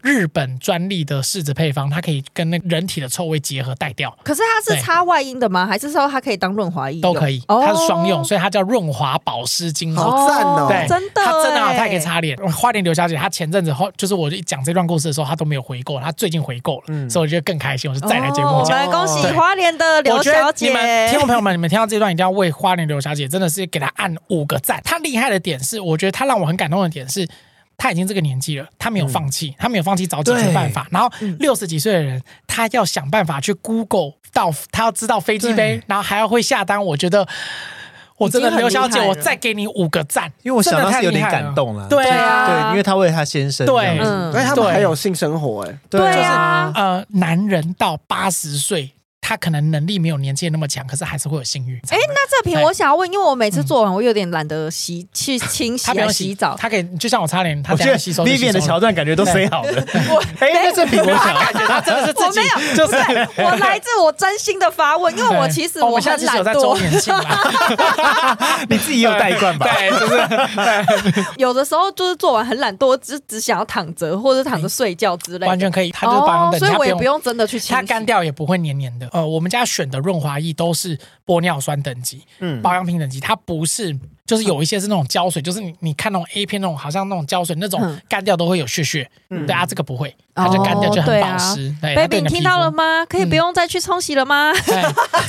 A: 日本专利的柿子配方，它可以跟那个人体的臭味结合带掉，
B: 可是它是擦外阴的吗？还是说它可以当润滑液
A: 都
B: 用
A: 可以。它是双用，所以它叫润滑保湿精华。
D: 好赞哦
A: 对，
B: 真的欸，
A: 她真的好，她也可以擦脸。花莲刘小姐，她前阵子后，就是我一讲这段故事的时候，她都没有回购，她最近回购了，
C: 嗯
A: 所以我觉得更开心，我就再来节
B: 哦
A: 目
B: 我
A: 讲。
B: 们恭喜
A: 对
B: 花莲的刘
A: 我觉得
B: 小
A: 你
B: 姐
A: 们，听众朋友们，你们听到这段一定要为花莲刘小姐真的是给她按五个赞。她厉害的点是，我觉得她让我很感动的点是，她已经这个年纪了，她没有放弃，她没有放弃找解决办法。然后六十几岁的人，她要想办法去 Google 到，她要知道飞机杯
C: 对，
A: 然后还要会下单。我觉得。我真的
B: 已经很
A: 刘小姐，
B: 厉害了
A: 我再给你五个赞，
C: 因为我想
A: 真
C: 到
A: 的太
C: 是有点
A: 厉害了
C: 感动啦
A: 对
B: 对啊
A: 啊，
C: 对，因为她为她先生这样子，
B: 嗯啊
D: 所以他们还有性生活哎，
B: 对啊
A: 呃，男人到八十岁，他可能能力没有年轻人那么强，可是还是会有性欲。
B: 哎，那这瓶我想要问，因为我每次做完，我有点懒得洗去清洗
A: 嗯他不
B: 啊
A: 用
B: 洗澡。
A: 他可以就像我擦脸，他
C: 我
A: 等
C: 觉
A: 下
C: 得
A: 吸收就吸
C: Vivian 的
A: 收了
C: 桥段感觉都塞好的。
B: 我
C: 哎，那这瓶我想要，
B: 他真的是自己，我没有，不
A: [laughs]
B: 是我来自我真心的发问，因为我
A: 对
B: 其实
A: 哦我
B: 我
A: 们现在
B: 很
A: 其实
B: 懒
A: 有在周
B: 惰，
A: 年庆
C: [laughs]
A: 啦，
C: [laughs] 你自己也有带一罐吧？
A: 对，
B: [laughs]
A: 就是
B: [laughs] 有的时候就是做完很懒惰，只只想要躺着或者躺着睡觉之类的。
A: 完全可以，他就是帮
B: 哦，
A: 的，
B: 所以
A: 他
B: 我也
A: 用
B: 不用真的去清
A: 它
B: 洗。
A: 干掉也不会黏黏的。呃，我们家选的润滑液都是玻尿酸等级、
C: 嗯，
A: 保养品等级，它不是就是有一些是那种胶水，就是你你看那种 A 片那种，好像那种胶水那种
B: 嗯
A: 干掉都会有屑屑，
C: 嗯
A: 对啊，这个不会，它就干掉
B: 哦
A: 就
B: 啊
A: 很保湿。对
B: baby，
A: 它哎对
B: 你
A: 的皮
B: 听
A: 肤
B: 到了吗？可以不
A: 嗯
B: 用再去冲洗了吗？
A: 对，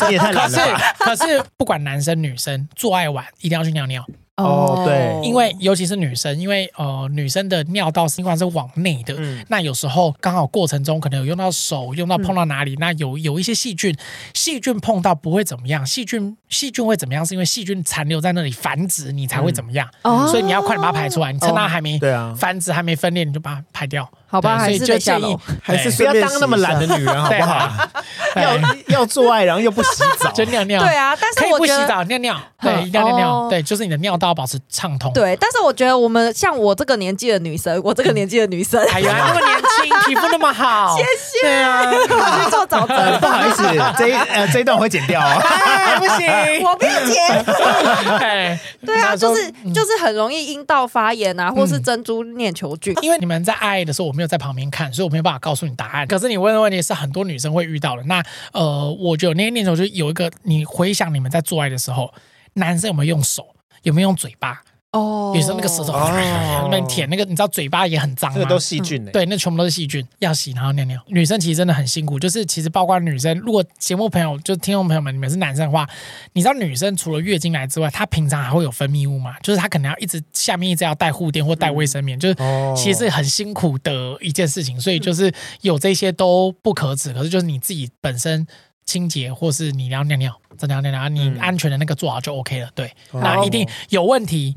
C: 你 [laughs] 也太
A: 可
C: 懒
A: 是
C: 了吧？
A: 可是不管男生女生做爱完一定要去尿尿，
C: 哦对
A: 因为尤其是女生，因为呃女生的尿道习惯是往内的，
C: 嗯，
A: 那有时候刚好过程中可能有用到手，用到碰到哪里，那有有一些细菌，细菌碰到不会怎么样，细菌细菌会怎么样？是因为细菌残留在那里繁殖，你才会怎么样。
B: 哦
A: 所以你要快点把它排出来，你趁它还没、
C: 对啊，
A: 繁殖还没分裂，你就把它排掉。
B: 好吧，
A: 对
B: 还
A: 所以
B: 是
A: 就
B: 得下
A: 建议
B: 楼。
D: 还是
A: 对
C: 不要
D: 顺便
C: 当那么懒的女人好
A: 对
C: 不好？
A: 啊，
C: [laughs] 要
A: 对
C: 要做爱，然后又不洗澡，
A: 就尿尿。
B: 对啊，但
A: 可
B: 是
A: 以
B: 我
A: 不洗
B: 觉得。
A: 澡，尿尿，
B: 嗯
A: 对，一定要尿
B: 哦
A: 尿，对，就是你的尿道保持畅通。，
B: 对，但是我觉得我们像我这个年纪的女生，我这个年纪的女生， [laughs]
A: 哎呀，那么年轻，皮肤那么
C: [laughs]
A: 好，谢谢。对啊，
B: 我去做早
C: 呃，
B: 晨，
C: 不好意思，这一呃这一段我会剪掉哦。
A: 哎，不行。
B: 我没有钱。
A: [laughs] 哎
B: 对啊，
A: 那
B: 就
A: 说嗯
B: 是就是很容易阴道发炎啊，或是珍珠链球菌。
A: 因为你们在爱的时候，我没有在旁边看，所以我没有办法告诉你答案。可是你问的问题是很多女生会遇到的。那呃，我觉得那些念头就是有一个，你回想你们在做爱的时候，男生有没有用手，有没有用嘴巴？
B: 哦
A: 有时候那个舌头
C: 哦
A: [laughs] 那舔那个，你知道嘴巴也很脏
C: [laughs] 这
A: 吗
C: 个？都细菌呢、欸
A: 对，那全部都是细菌，要洗然后尿尿。女生其实真的很辛苦，就是其实包括女生，如果节目朋友就听众朋友们，你们是男生的话，你知道女生除了月经来之外，她平常还会有分泌物嘛？就是她可能要一直下面一直要带护垫或带卫生棉，就是
C: 哦
A: 其实很辛苦的一件事情，所以就是有这些都不可耻，可是就是你自己本身清洁或是你要尿尿，真的要尿尿，你
C: 嗯
A: 安全的那个做好就 OK 了。对，
C: 哦
A: 那一定有问题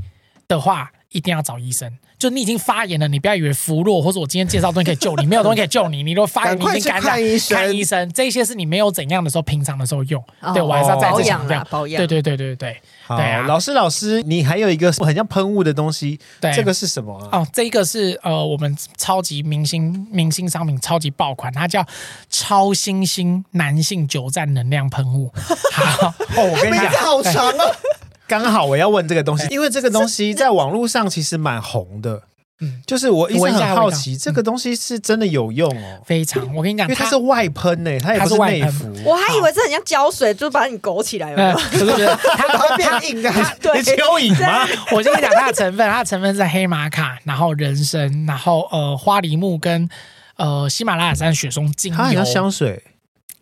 A: 的话，一定要找医生。就你已经发炎了，你不要以为扶弱或者我今天介绍的东西可以救你，没有东西可以救你。你如果发炎，
D: 赶快
A: 你已经感
D: 去看
A: 染，
D: 医生
A: 看医生，这些是你没有怎样的时候，平常的时候用。
B: 哦
A: 对我还是要再
B: 保
A: 次
B: 养
A: 强
B: 啦
A: 调，，
B: 保养。
A: 对对对对对
C: 好，
A: 对啊
C: 老师老师，你还有一个很像喷雾的东西，
A: 对。
C: 这个是什么啊？
A: 哦，这一个是呃，我们超级明星明星商品超级爆款，它叫超新星男性久战能量喷
C: [laughs]
A: 雾。好，
C: 哦，我跟你
D: 名
C: 讲
D: 字，好长哦，
C: 刚好我要问这个东西，
A: 哎
C: 因为这个东西在网络上其实蛮红的。
A: 嗯
C: 就是我一直
A: 闻一下
C: 很好奇，
A: 味道
C: 这个东西是真的有用哦，
A: 非常，我跟你讲，
C: 因为它是外喷呢、它也不
A: 它是外
C: 内
A: 喷
C: 服。
B: 我还以为是很像胶水，就是把你勾起来有没
A: 呃，
B: 有。
A: 不是 [laughs] 不是， [laughs] 它
D: 它变硬的，啊
B: 对，
C: 蚯蚓吗？
A: 我先跟你讲它的成分，它的成分是黑玛卡，然后人参，然后呃花梨木跟呃喜马拉雅山雪松精
C: 它很
A: 油
C: 像，香水，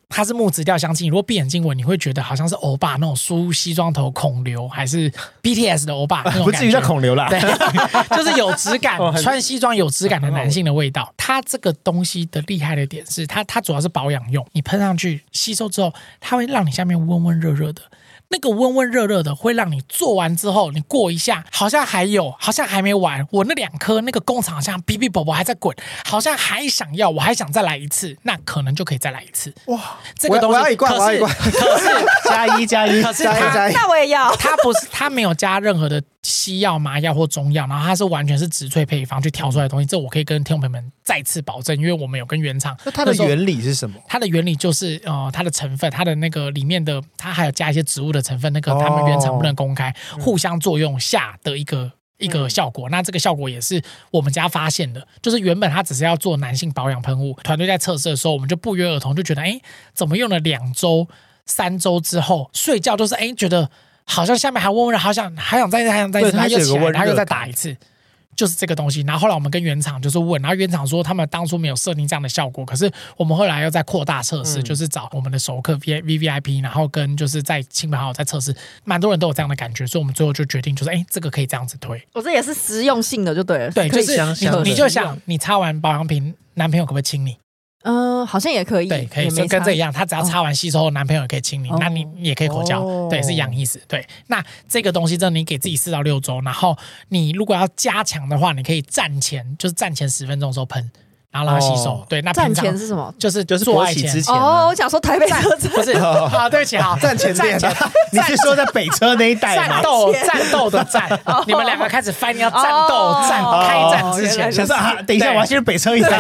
A: 它是木质调香气。你如果闭眼睛闻，你会觉得好像是欧巴那种梳西装头孔刘，还是 BTS 的欧巴那种
C: [laughs] 不
A: 感
C: 至于
A: 觉
C: 像孔流啦。
A: 对， [laughs] 就是有质感
C: 哦，很
A: 穿西装有质感的男性的味道。它这个东西的厉害的点是，它它主要是保养用，你喷上去吸收之后，它会让你下面温温热热的。那个温温热热的，会让你做完之后，你过一下，好像还有，好像还没完。我那两颗那个工厂好像哔哔啵啵还在滚，好像还想要，我还想再来一次，那可能就可以再来一次。
C: 哇，
A: 这个东
D: 我要我要
A: 西，
D: 一罐我
A: 可
D: 要
A: 是
D: 一罐
A: 可是
C: 加一加一，
A: 可是
D: 加一
A: 它
D: 加一，
B: 那我也要。
A: 它不是，它没有加任何的西药、麻药或中药，然后它是完全是植萃配方去调出来的东西。这我可以跟听众朋友们再次保证，因为我们有跟原厂。
C: 那它的
A: 那时候
C: 原理是什么？
A: 它的原理就是，呃，它的成分，它的那个里面的，它还有加一些植物的成分，那个
C: 哦
A: 他们原厂不能公开，互相作用下的一个一个效果。那这个效果也是我们家发现的，就是原本它只是要做男性保养喷雾，团队在测试的时候，我们就不约而同就觉得，哎，怎么用了两周、三周之后，睡觉就是哎觉得好像下面还温温的，好想还想再还想再一次，
C: 对它
A: 它又
C: 是有
A: 起
C: 个
A: 来，
C: 温热
A: 它又再
C: 感
A: 打一次。就是这个东西。然后后来我们跟原厂就是问，然后原厂说他们当初没有设定这样的效果，可是我们后来又在扩大测试，
C: 嗯
A: 就是找我们的熟客 V V V I P，然后跟就是在亲朋好友在测试，蛮多人都有这样的感觉，所以我们最后就决定就是，哎，这个可以这样子推。
B: 我这也是实用性的，就对了。
A: 对，
C: 可
A: 就
C: 以
A: 是
C: 想想
A: 你
C: 的
A: 你就想你擦完保养品，男朋友可不可以亲你？
B: 嗯，好像也可以，
A: 对，可以
B: 也
A: 就
B: 没
A: 跟这一
B: 样。
A: 样，他只要擦完吸收后，男朋友也可以亲你
B: 哦，
A: 那你也可以口交
C: 哦，
A: 对，是一样意思。对，那这个东西真的你给自己四到六周，然后你如果要加强的话，你可以站前，就是站前十分钟的时候喷。然后让它吸收
C: 哦。
A: 对，那
B: 站
A: 平
B: 前
A: 常
B: 是什么？
A: 就是
C: 就是
A: 做
C: 勃
A: 爱
C: 起
A: 前
C: 之前
B: 哦，
C: 啊，
B: 我想说台北车
A: [laughs]
B: 站
A: 不
C: [laughs]
A: 是，好，对不起，好，
C: 站前
A: 站
C: 练
A: 前
C: 啊， [laughs] 你是说在北车那一带
A: 战
C: 吗？哦
A: 斗
B: 前
A: 战斗的
B: [laughs]
A: 战，你们两个开始翻，要战斗
B: 哦
A: 战
B: 哦
A: 开战之
B: 原来
A: 前
B: 如此
C: 想说啊，等一下我要去北车
A: [laughs]
C: 一带，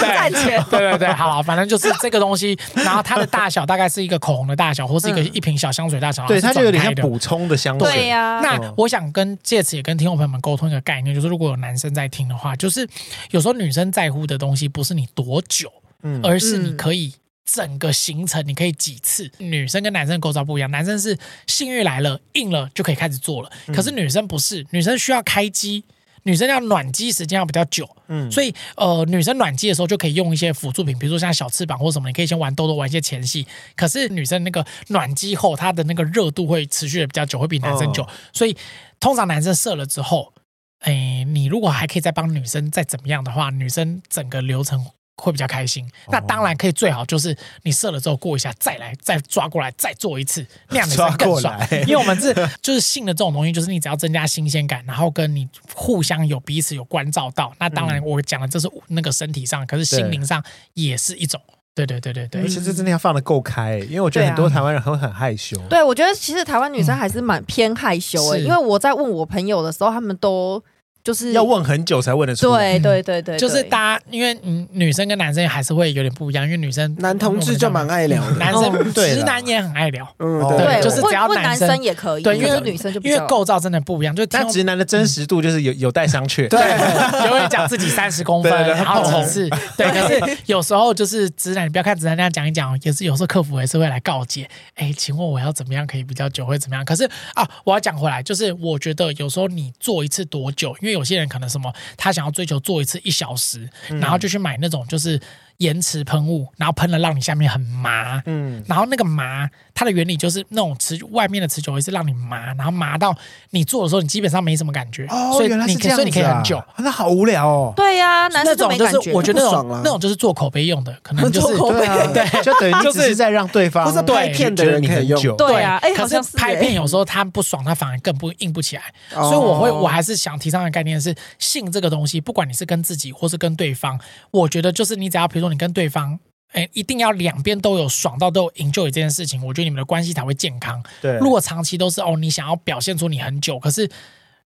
B: 站前。
A: 对对对，好，反正就是这个东西，然后它的大小大概是一个口红的大小，或是一个一瓶小香水大小，
C: 对，
A: 然
C: 它
A: 后是
C: 就有点像
A: 转开的。
C: 补充的香水。
B: 对呀，
A: 那
C: 嗯
A: 我想跟借此也跟听众朋友们沟通一个概念，就是如果有男生在听的话，就是有时候女生在乎的东西不是你多久，
C: 嗯
A: 而是你
B: 嗯
A: 可以整个行程，你可以几次。女生跟男生的构造不一样，男生是性欲来了硬了就可以开始做了，
C: 嗯
A: 可是女生不是，女生需要开机。女生要暖机时间要比较久，
C: 嗯
A: 所以呃，女生暖机的时候就可以用一些辅助品，比如说像小翅膀或什么，你可以先玩豆豆玩一些前戏。可是女生那个暖机后，她的那个热度会持续的比较久，会比男生久，
C: 哦
A: 所以通常男生射了之后，哎，你如果还可以再帮女生再怎么样的话，女生整个流程会比较开心。
C: 哦
A: 那当然可以，最好就是你射了之后过一下，再来再抓过来再做一次，那样你才更爽
C: 抓过来。
A: 因为我们是就是性的这种东西，就是你只要增加新鲜感，然后跟你互相有彼此有关照到，那当
C: 嗯
A: 然我讲的这是那个身体上，可是心灵上也是一种。对对对对对
C: 而，且这真的要放的够开，因为我觉
A: 啊
C: 得很多台湾人会很害羞。
B: 对，我觉得其实台湾女生还是蛮偏害羞诶，
A: 嗯是
B: 因为我在问我朋友的时候，他们都就是
C: 要问很久才问得出。，
B: 对对对对，
A: 嗯就是
B: 大
A: 大家因为嗯女生跟男生还是会有点不一样，因为女生
D: 男同志就蛮爱聊的，
A: 男
B: 哦
A: 生
C: 对啦
A: 直男也很爱聊。
D: 嗯，
C: 哦
B: 对
A: 对就是
B: 问
A: 只要
B: 问
A: 男
B: 男
A: 生
B: 生也可以，
A: 对因为
B: 可是女生就比
A: 因为
B: 较
A: 构造真的不一样，就听
C: 但
A: 众
C: 直男的真实度就是有有待商榷。
D: 对，
A: 就会讲自己三十公分，
C: 对对对
A: 然后几次，对。可是有时候就是直男，你不要看直男那样讲一讲，也是有时候客服也是会来告诫，哎，请问我要怎么样可以比较久，会怎么样？可是啊，我要讲回来，就是我觉得有时候你做一次多久，因为有些人可能什么，他想要追求做一次一小时，然后就去买那种就是延迟喷雾，然后喷了让你下面很麻，
C: 嗯，
A: 然后那个麻，它的原理就是那种持外面的持久力是让你麻，然后麻到你做的时候你基本上没什么感觉，
C: 哦，
A: 所以
C: 原来
A: 你
C: 是
A: 可以
C: 这样
A: 所以你可以
C: 子啊
A: 很久。
C: 那好无聊哦。
B: 对呀，男
A: 那
B: 生
A: 种
B: 没
A: 就
B: 感
A: 是我觉得
D: 不
A: 那
D: 爽
A: 种
C: 啊
D: 啦
A: 那种就是做口碑用的，可能就
B: [laughs]
A: 是啊
B: 做口碑
D: 对
C: 就等于你只是在让对方
D: 或是拍片的人可以用
C: 觉得你很久
B: 对啊，哎，好
A: 可是
B: 像是
A: 拍片
B: 欸
A: 有时候他不爽，他反而更不硬不起来。
D: 哦
A: 所以我会我还是想提倡的概念是，性这个东西，不管你是跟自己或是跟对方，我觉得就是你只要比如说你跟对方。哎，一定要两边都有爽到，都有 enjoy 这件事情，我觉得你们的关系才会健康。
C: 对，
A: 如果长期都是哦，你想要表现出你很久，可是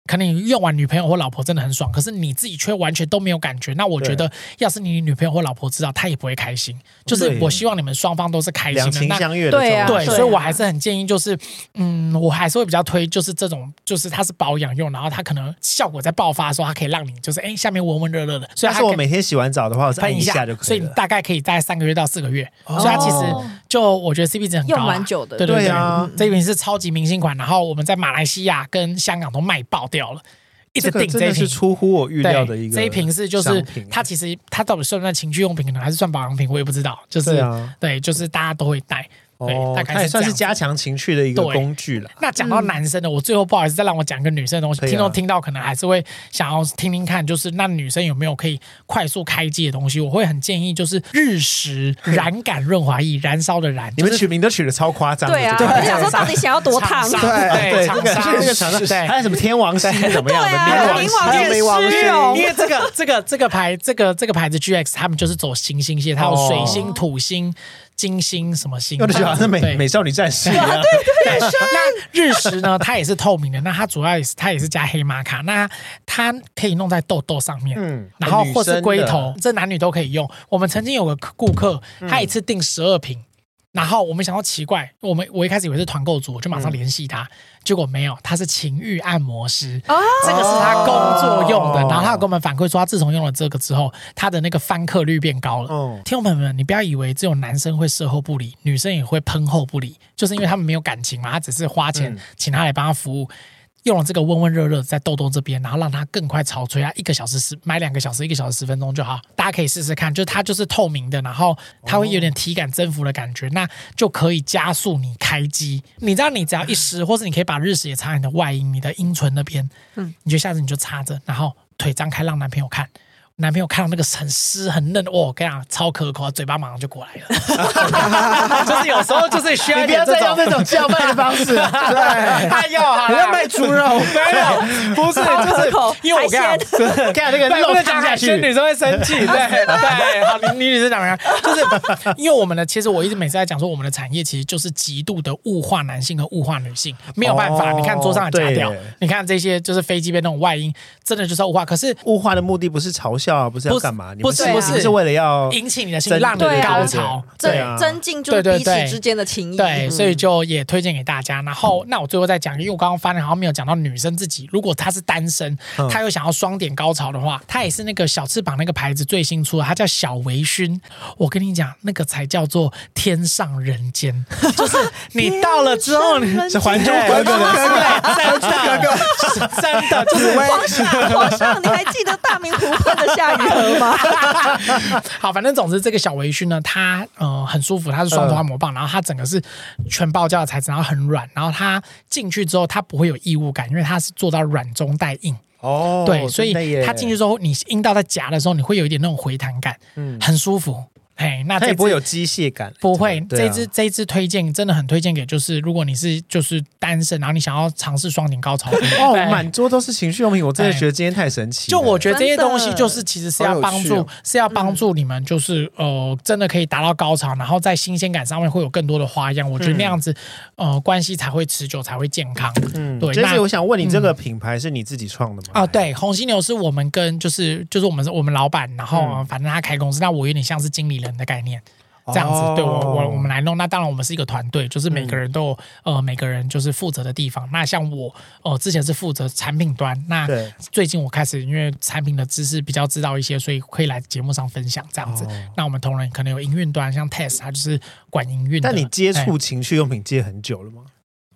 A: 可能你用完女朋友或老婆真的很爽，可是你自己却完全都没有感觉，那我觉得要是你女朋友或老婆知道，她也不会开心。就是
C: 对
A: 我希望你们双方都是开心
C: 两
A: 的。
C: 情
A: 那
C: 相悦的状
B: 对啊
C: 态，
A: 对，
B: 对
A: 所以我还是很建议，就是，嗯，我还是会比较推，就是这种，就是它是保养用，然后它可能效果在爆发的时候，它可以让你就是，哎，下面温温热热的，所以
C: 但
A: 它
C: 是我
A: 可以
C: 每天洗完澡的话，我是
A: 喷
C: 按
A: 一
C: 下
A: 下
C: 就可
A: 所
C: 以
A: 以你
C: 了。
A: 大概可以大概三个月到四个月，所以它其
B: 哦
A: 实就我觉得 CP 值很高
B: 用
A: 啊，
B: 蛮久的，
A: 对对
C: 对啊
A: 这瓶是超级明星款，然后我们在马来西亚跟香港都卖爆掉了，一直
C: 这个
A: 订
C: 真
A: 一
C: 的
A: 瓶
C: 是。出乎我预
A: 对
C: 料的一个商
A: 这一
C: 品，
A: 瓶是就是它其实它到底算不算情趣用品呢，还是算保养品，我也不知道。就是
C: 对啊
A: 对，就是大家都会带。对，
C: 哦
A: 大，概
C: 它也
A: 这
C: 算是
A: 样子
C: 加强情趣的一个
A: 对
C: 工具了。
A: 那讲到男生的，我最后不好意思再让我讲个女生的东西，
C: 嗯可以啊
A: 听众听到可能还是会想要听听看，就是那女生有没有可以快速开机的东西？我会很建议就是日食燃感润滑液，燃烧的燃，
C: 你们取名都取的超夸张的，
B: 对啊，
C: 就
B: 我想说到底想要多烫啊
A: 厂？商对，
C: 啊
D: 对
C: 对，这个
A: 厂商
C: 这个厂商，哎
A: 对
C: 还有什么天王星怎么样的
B: 对啊
C: 冥王
B: 冥王
C: 星
D: 还有冥王
B: 是
D: 星
B: 哦
A: 因为这个这个这个牌这个这个牌子 GX，他们就是走行星系，它有水星、
B: 哦
A: 土星、金星什么星，
C: 我就觉得好像美
A: 对啊
C: 美少女战士一样，
A: 对， [laughs] 那日食呢，它也是透明的，那它主要也是它也是加黑玛卡，那它可以弄在痘痘上面，
C: 嗯
A: 然后
C: 女
A: 或是
C: 生
A: 龟
C: 的
A: 头，这男女都可以用。我们曾经有个顾客，他一次订十二瓶。然后我们想到奇怪，我们我一开始以为是团购组，我就马
C: 嗯
A: 上联系他，结果没有，他是情欲按摩师，
B: 哦，
A: 这个是他工作用的，
C: 哦
A: 然后他有跟我们反馈说，他自从用了这个之后，他的那个翻客率变高了。
C: 嗯
A: 听众朋友们，你不要以为只有男生会事后不理，女生也会喷后不理，就是因为他们没有感情嘛，他只是花钱
C: 嗯
A: 请他来帮他服务。用了这个温温热热在痘痘这边，然后让它更快潮吹啊，一个小时十买两个小时，一个小时十分钟就好，大家可以试试看，就它就是透明的，然后它会有点体感征服的感觉，那就可以加速你开机。你知道你只要一
C: 嗯
A: 湿，或是你可以把日食也擦你的
C: 嗯
A: 外阴，你的阴唇那边，你就下次你就插着，然后腿张开让男朋友看。男朋友看到那个很湿很嫩的，哦哇，我跟你讲超可口，嘴巴马上就过来了。
C: [laughs]
A: 就是有时候就是需要一
C: 你不
A: 点
C: 要
A: 这
C: 再用
A: 种
C: 这种叫卖的
A: [laughs]
C: 方式了，
D: 对，
A: 他要啊，
D: 你在卖猪肉，
A: 没有，不是，就是
B: 口
A: 因为我跟你
B: 海
A: 讲
B: 鲜。
C: 看那个
A: 对，不
C: 肉
A: 能
C: 烫
A: 讲
C: 下
A: 海鲜，
C: 去，
A: 女生会生气。对对，好，你你女生讲讲，就是因为我们的，其实我一直每次在讲说，我们的产业其实就是极度的物化男性和物化女性，没有办法。
C: 哦
A: 你看桌上的假屌
C: 对耶，
A: 你看这些就是飞机杯那种外音，真的就是要物化。可是
C: 物化的目的不是嘲笑啊，不是要
A: 不是
C: 干嘛？你
A: 不
C: 们
A: 是
C: 是
B: 不
C: 你
B: 是
C: 们是为了要
A: 引起你的心
C: 增，
A: 让你
B: 对啊
A: 高潮，
C: 对
B: 增
C: 啊，
B: 增进就是
A: 对对
B: 彼此
A: 对
B: 之间的情谊。
A: 对，
B: 嗯
A: 所以就也推荐给大家。然后，那我最后再讲，因为我刚刚发现好像没有讲到女生自己，如果她是单身，她又想要双点高潮的话，她也是那个小翅膀那个牌子最新出的，它叫小微醺。我跟你讲，那个才叫做天上人间， [laughs] 就是你到了之后，你
C: 啊
B: 天上人间
C: 格格
A: 对，真的，是真的就是。
B: 皇上，皇上，你还记得大明湖畔的夏雨荷吗？
A: 好，反正总之这个小围裙呢，它呃很舒服，它是双头按摩棒，然后它整个是全包胶的材质，然后很软，然后它进去之后它不会有异物感，因为它是做到软中带硬，
C: 哦，
A: 对，所以
C: 真的耶
A: 它进去之后，你阴道在夹的时候，你会有一点那种回弹感，嗯，很舒服。哎，那
C: 它
A: 这
C: 也不会
A: 支
C: 有机械感，
A: 不会，
C: 对
A: 这
C: 啊
A: 支这支推荐真的很推荐给，就是如果你是就是单身，然后你想要尝试双顶高潮，
C: 哦，
A: 对
C: 满桌都是情绪用品，我真的
A: 对
C: 觉得今天太神奇了。
A: [laughs] 就我觉得这些
B: 真的
A: 东西就是其实是要帮
D: 好有趣
A: 助，
D: 哦
A: 是要帮助你们，就是呃，真的可以达到高潮，然后在新鲜感上面会有更多的花样。我
C: 嗯
A: 觉得那样子，呃，关系才会持久，才会健康。嗯，对，
C: 这
A: 那
C: 次我想问你，这个品牌是你自己创的吗？
A: 啊，对，红犀牛是我们跟就是就是我们我们老板，然后、呃反正他开公司，那我有点像是经理人的概念。这样子
C: 哦
A: 对我我我们来弄，那当然我们是一个团队，就是每个人都有、呃每个人就是负责的地方。那像我呃之前是负责产品端，那
C: 对
A: 最近我开始因为产品的知识比较知道一些，所以可以来节目上分享这
C: 哦
A: 样子。那我们同仁可能有营运端，像 Tess 他就是管营运的。
C: 但你接
A: 哎
C: 触情趣用品接很久了吗？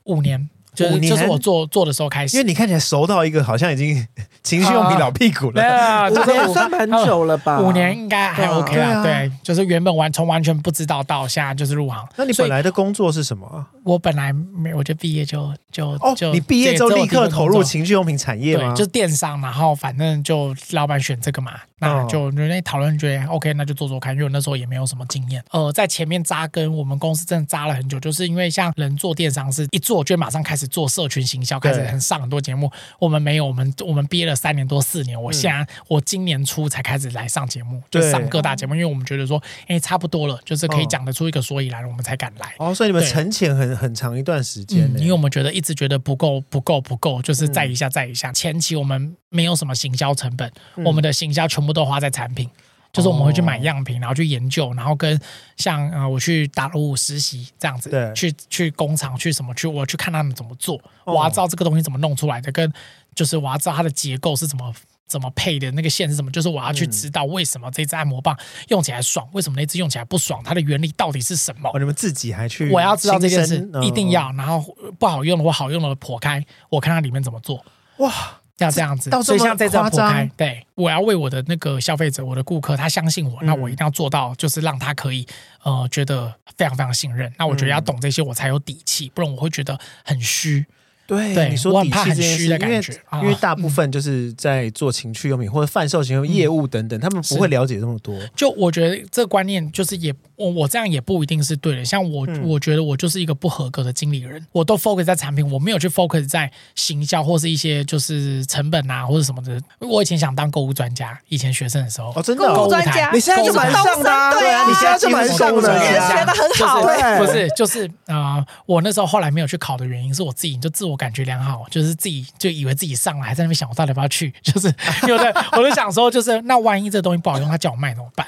A: 五年，就
C: 五
A: 是
C: 年
A: 就是我做做的时候开始，
C: 因为你看起来熟到一个好像已经 [laughs] 情绪用品老屁股
A: 没
C: 了。
A: 有就是
D: 五
A: 我
D: 年算蛮久了吧？
A: 五年应该还
D: 对啊
A: OK 啦，
C: 对啊
A: 对，就是原本完从完全不知道到现在就是入行。
C: 那你
A: 所
C: 本
A: 以
C: 来的工作是什么啊？
A: 我本来没，我就毕业就就
C: 哦
A: 就，
C: 你毕业
A: 对
C: 之后
A: 这是我
C: 立
A: 第一份
C: 刻
A: 工
C: 投入
A: 作
C: 情趣用品产业
A: 对，
C: 吗？
A: 就是电商，然后反正就老板选这个嘛，那
C: 嗯
A: 就人类讨论觉得 OK，那就做做看，因为我那时候也没有什么经验。呃，在前面扎根，我们公司真的扎了很久，就是因为像人做电商是一做就马上开始做社群行销，开始
C: 对
A: 很上很多节目。我们没有，我们我们毕业了三年多四年，我现在、我今年初才开始来上节目，就
C: 嗯对嗯
A: 上各大节目，因为我们觉得说，哎，差不多了，就是可以讲得出一个所以然，我们才敢来。
C: 哦，所以你们
A: 对
C: 沉潜很很长一段时间
A: 嗯，
C: 呢。嗯
A: 因为我们觉得一直觉得不够，不够，不够，就是再一下，再一下。前期我们没有什么行销成本，
C: 嗯
A: 我们的行销全部都花在产品。就是我们会去买样
C: 哦
A: 品，然后去研究，然后跟像呃，我去打鼓实习这样子，
C: 对
A: 去去工厂去什么去，我去看他们怎么做，我
C: 哦
A: 要知道这个东西怎么弄出来的，跟就是我要知道它的结构是怎么怎么配的，那个线是什么，就是我要
C: 嗯
A: 去知道为什么这支按摩棒用起来爽，为什么那支用起来不爽，它的原理到底是什么
C: 哦，。你们自己还去，
A: 我要知道这件事，一定
C: 嗯。
A: 要。然后不好用的或好用的剖开，我看它里面怎么做，
C: 哇，
A: 要这样子。
C: 到这
A: 所以
C: 么
A: 像这张
C: 夸
A: 剖
C: 张
A: 开，对我要为我的那个消费者、我的顾客，他相信
C: 嗯
A: 我，那我一定要做到，就是让他可以呃觉得非常非常信任。那我觉得
C: 嗯
A: 要懂这些，我才有底气，不然我会觉得很虚。
C: 对，
A: 对
C: 你
A: 我
C: 说
A: 很
C: 底
A: 怕
C: 气
A: 很
C: 这件
A: 虚
C: 事
A: 的
C: 因
A: 感
C: 为
A: 觉啊
C: 因为大部分就是在做情趣用品或者贩售情趣用品业务等等，他们不会了解这么多。
A: 就我觉得这个观念就是也我我这样也不一定是对的。像我、我觉得我就是一个不合格的经理人，我都 focus 在产品，我没有去 focus 在行销或是一些就是成本啊或者什么的。我以前想当购物专家，以前学生的时候，
C: 哦，真的
B: 购
A: 购
C: 哦
B: 物
A: 物
B: 专
A: 台
B: 家，
D: 你现在就蛮上的啊，
B: 高中生对啊
D: 你现在就蛮上的
A: 对
B: 你也
A: 啊
B: 学
D: 啊，
B: 的很好
A: 就是
B: 哎，
A: 不是，就是呃，我那时候后来没有去考的原因是我自己就自我感觉良好，就是自己就以为自己上了，还在那边想我到底要不要去，就是 [laughs] 有的我就想说，就是那万一这东西不好用，他叫我卖怎么办？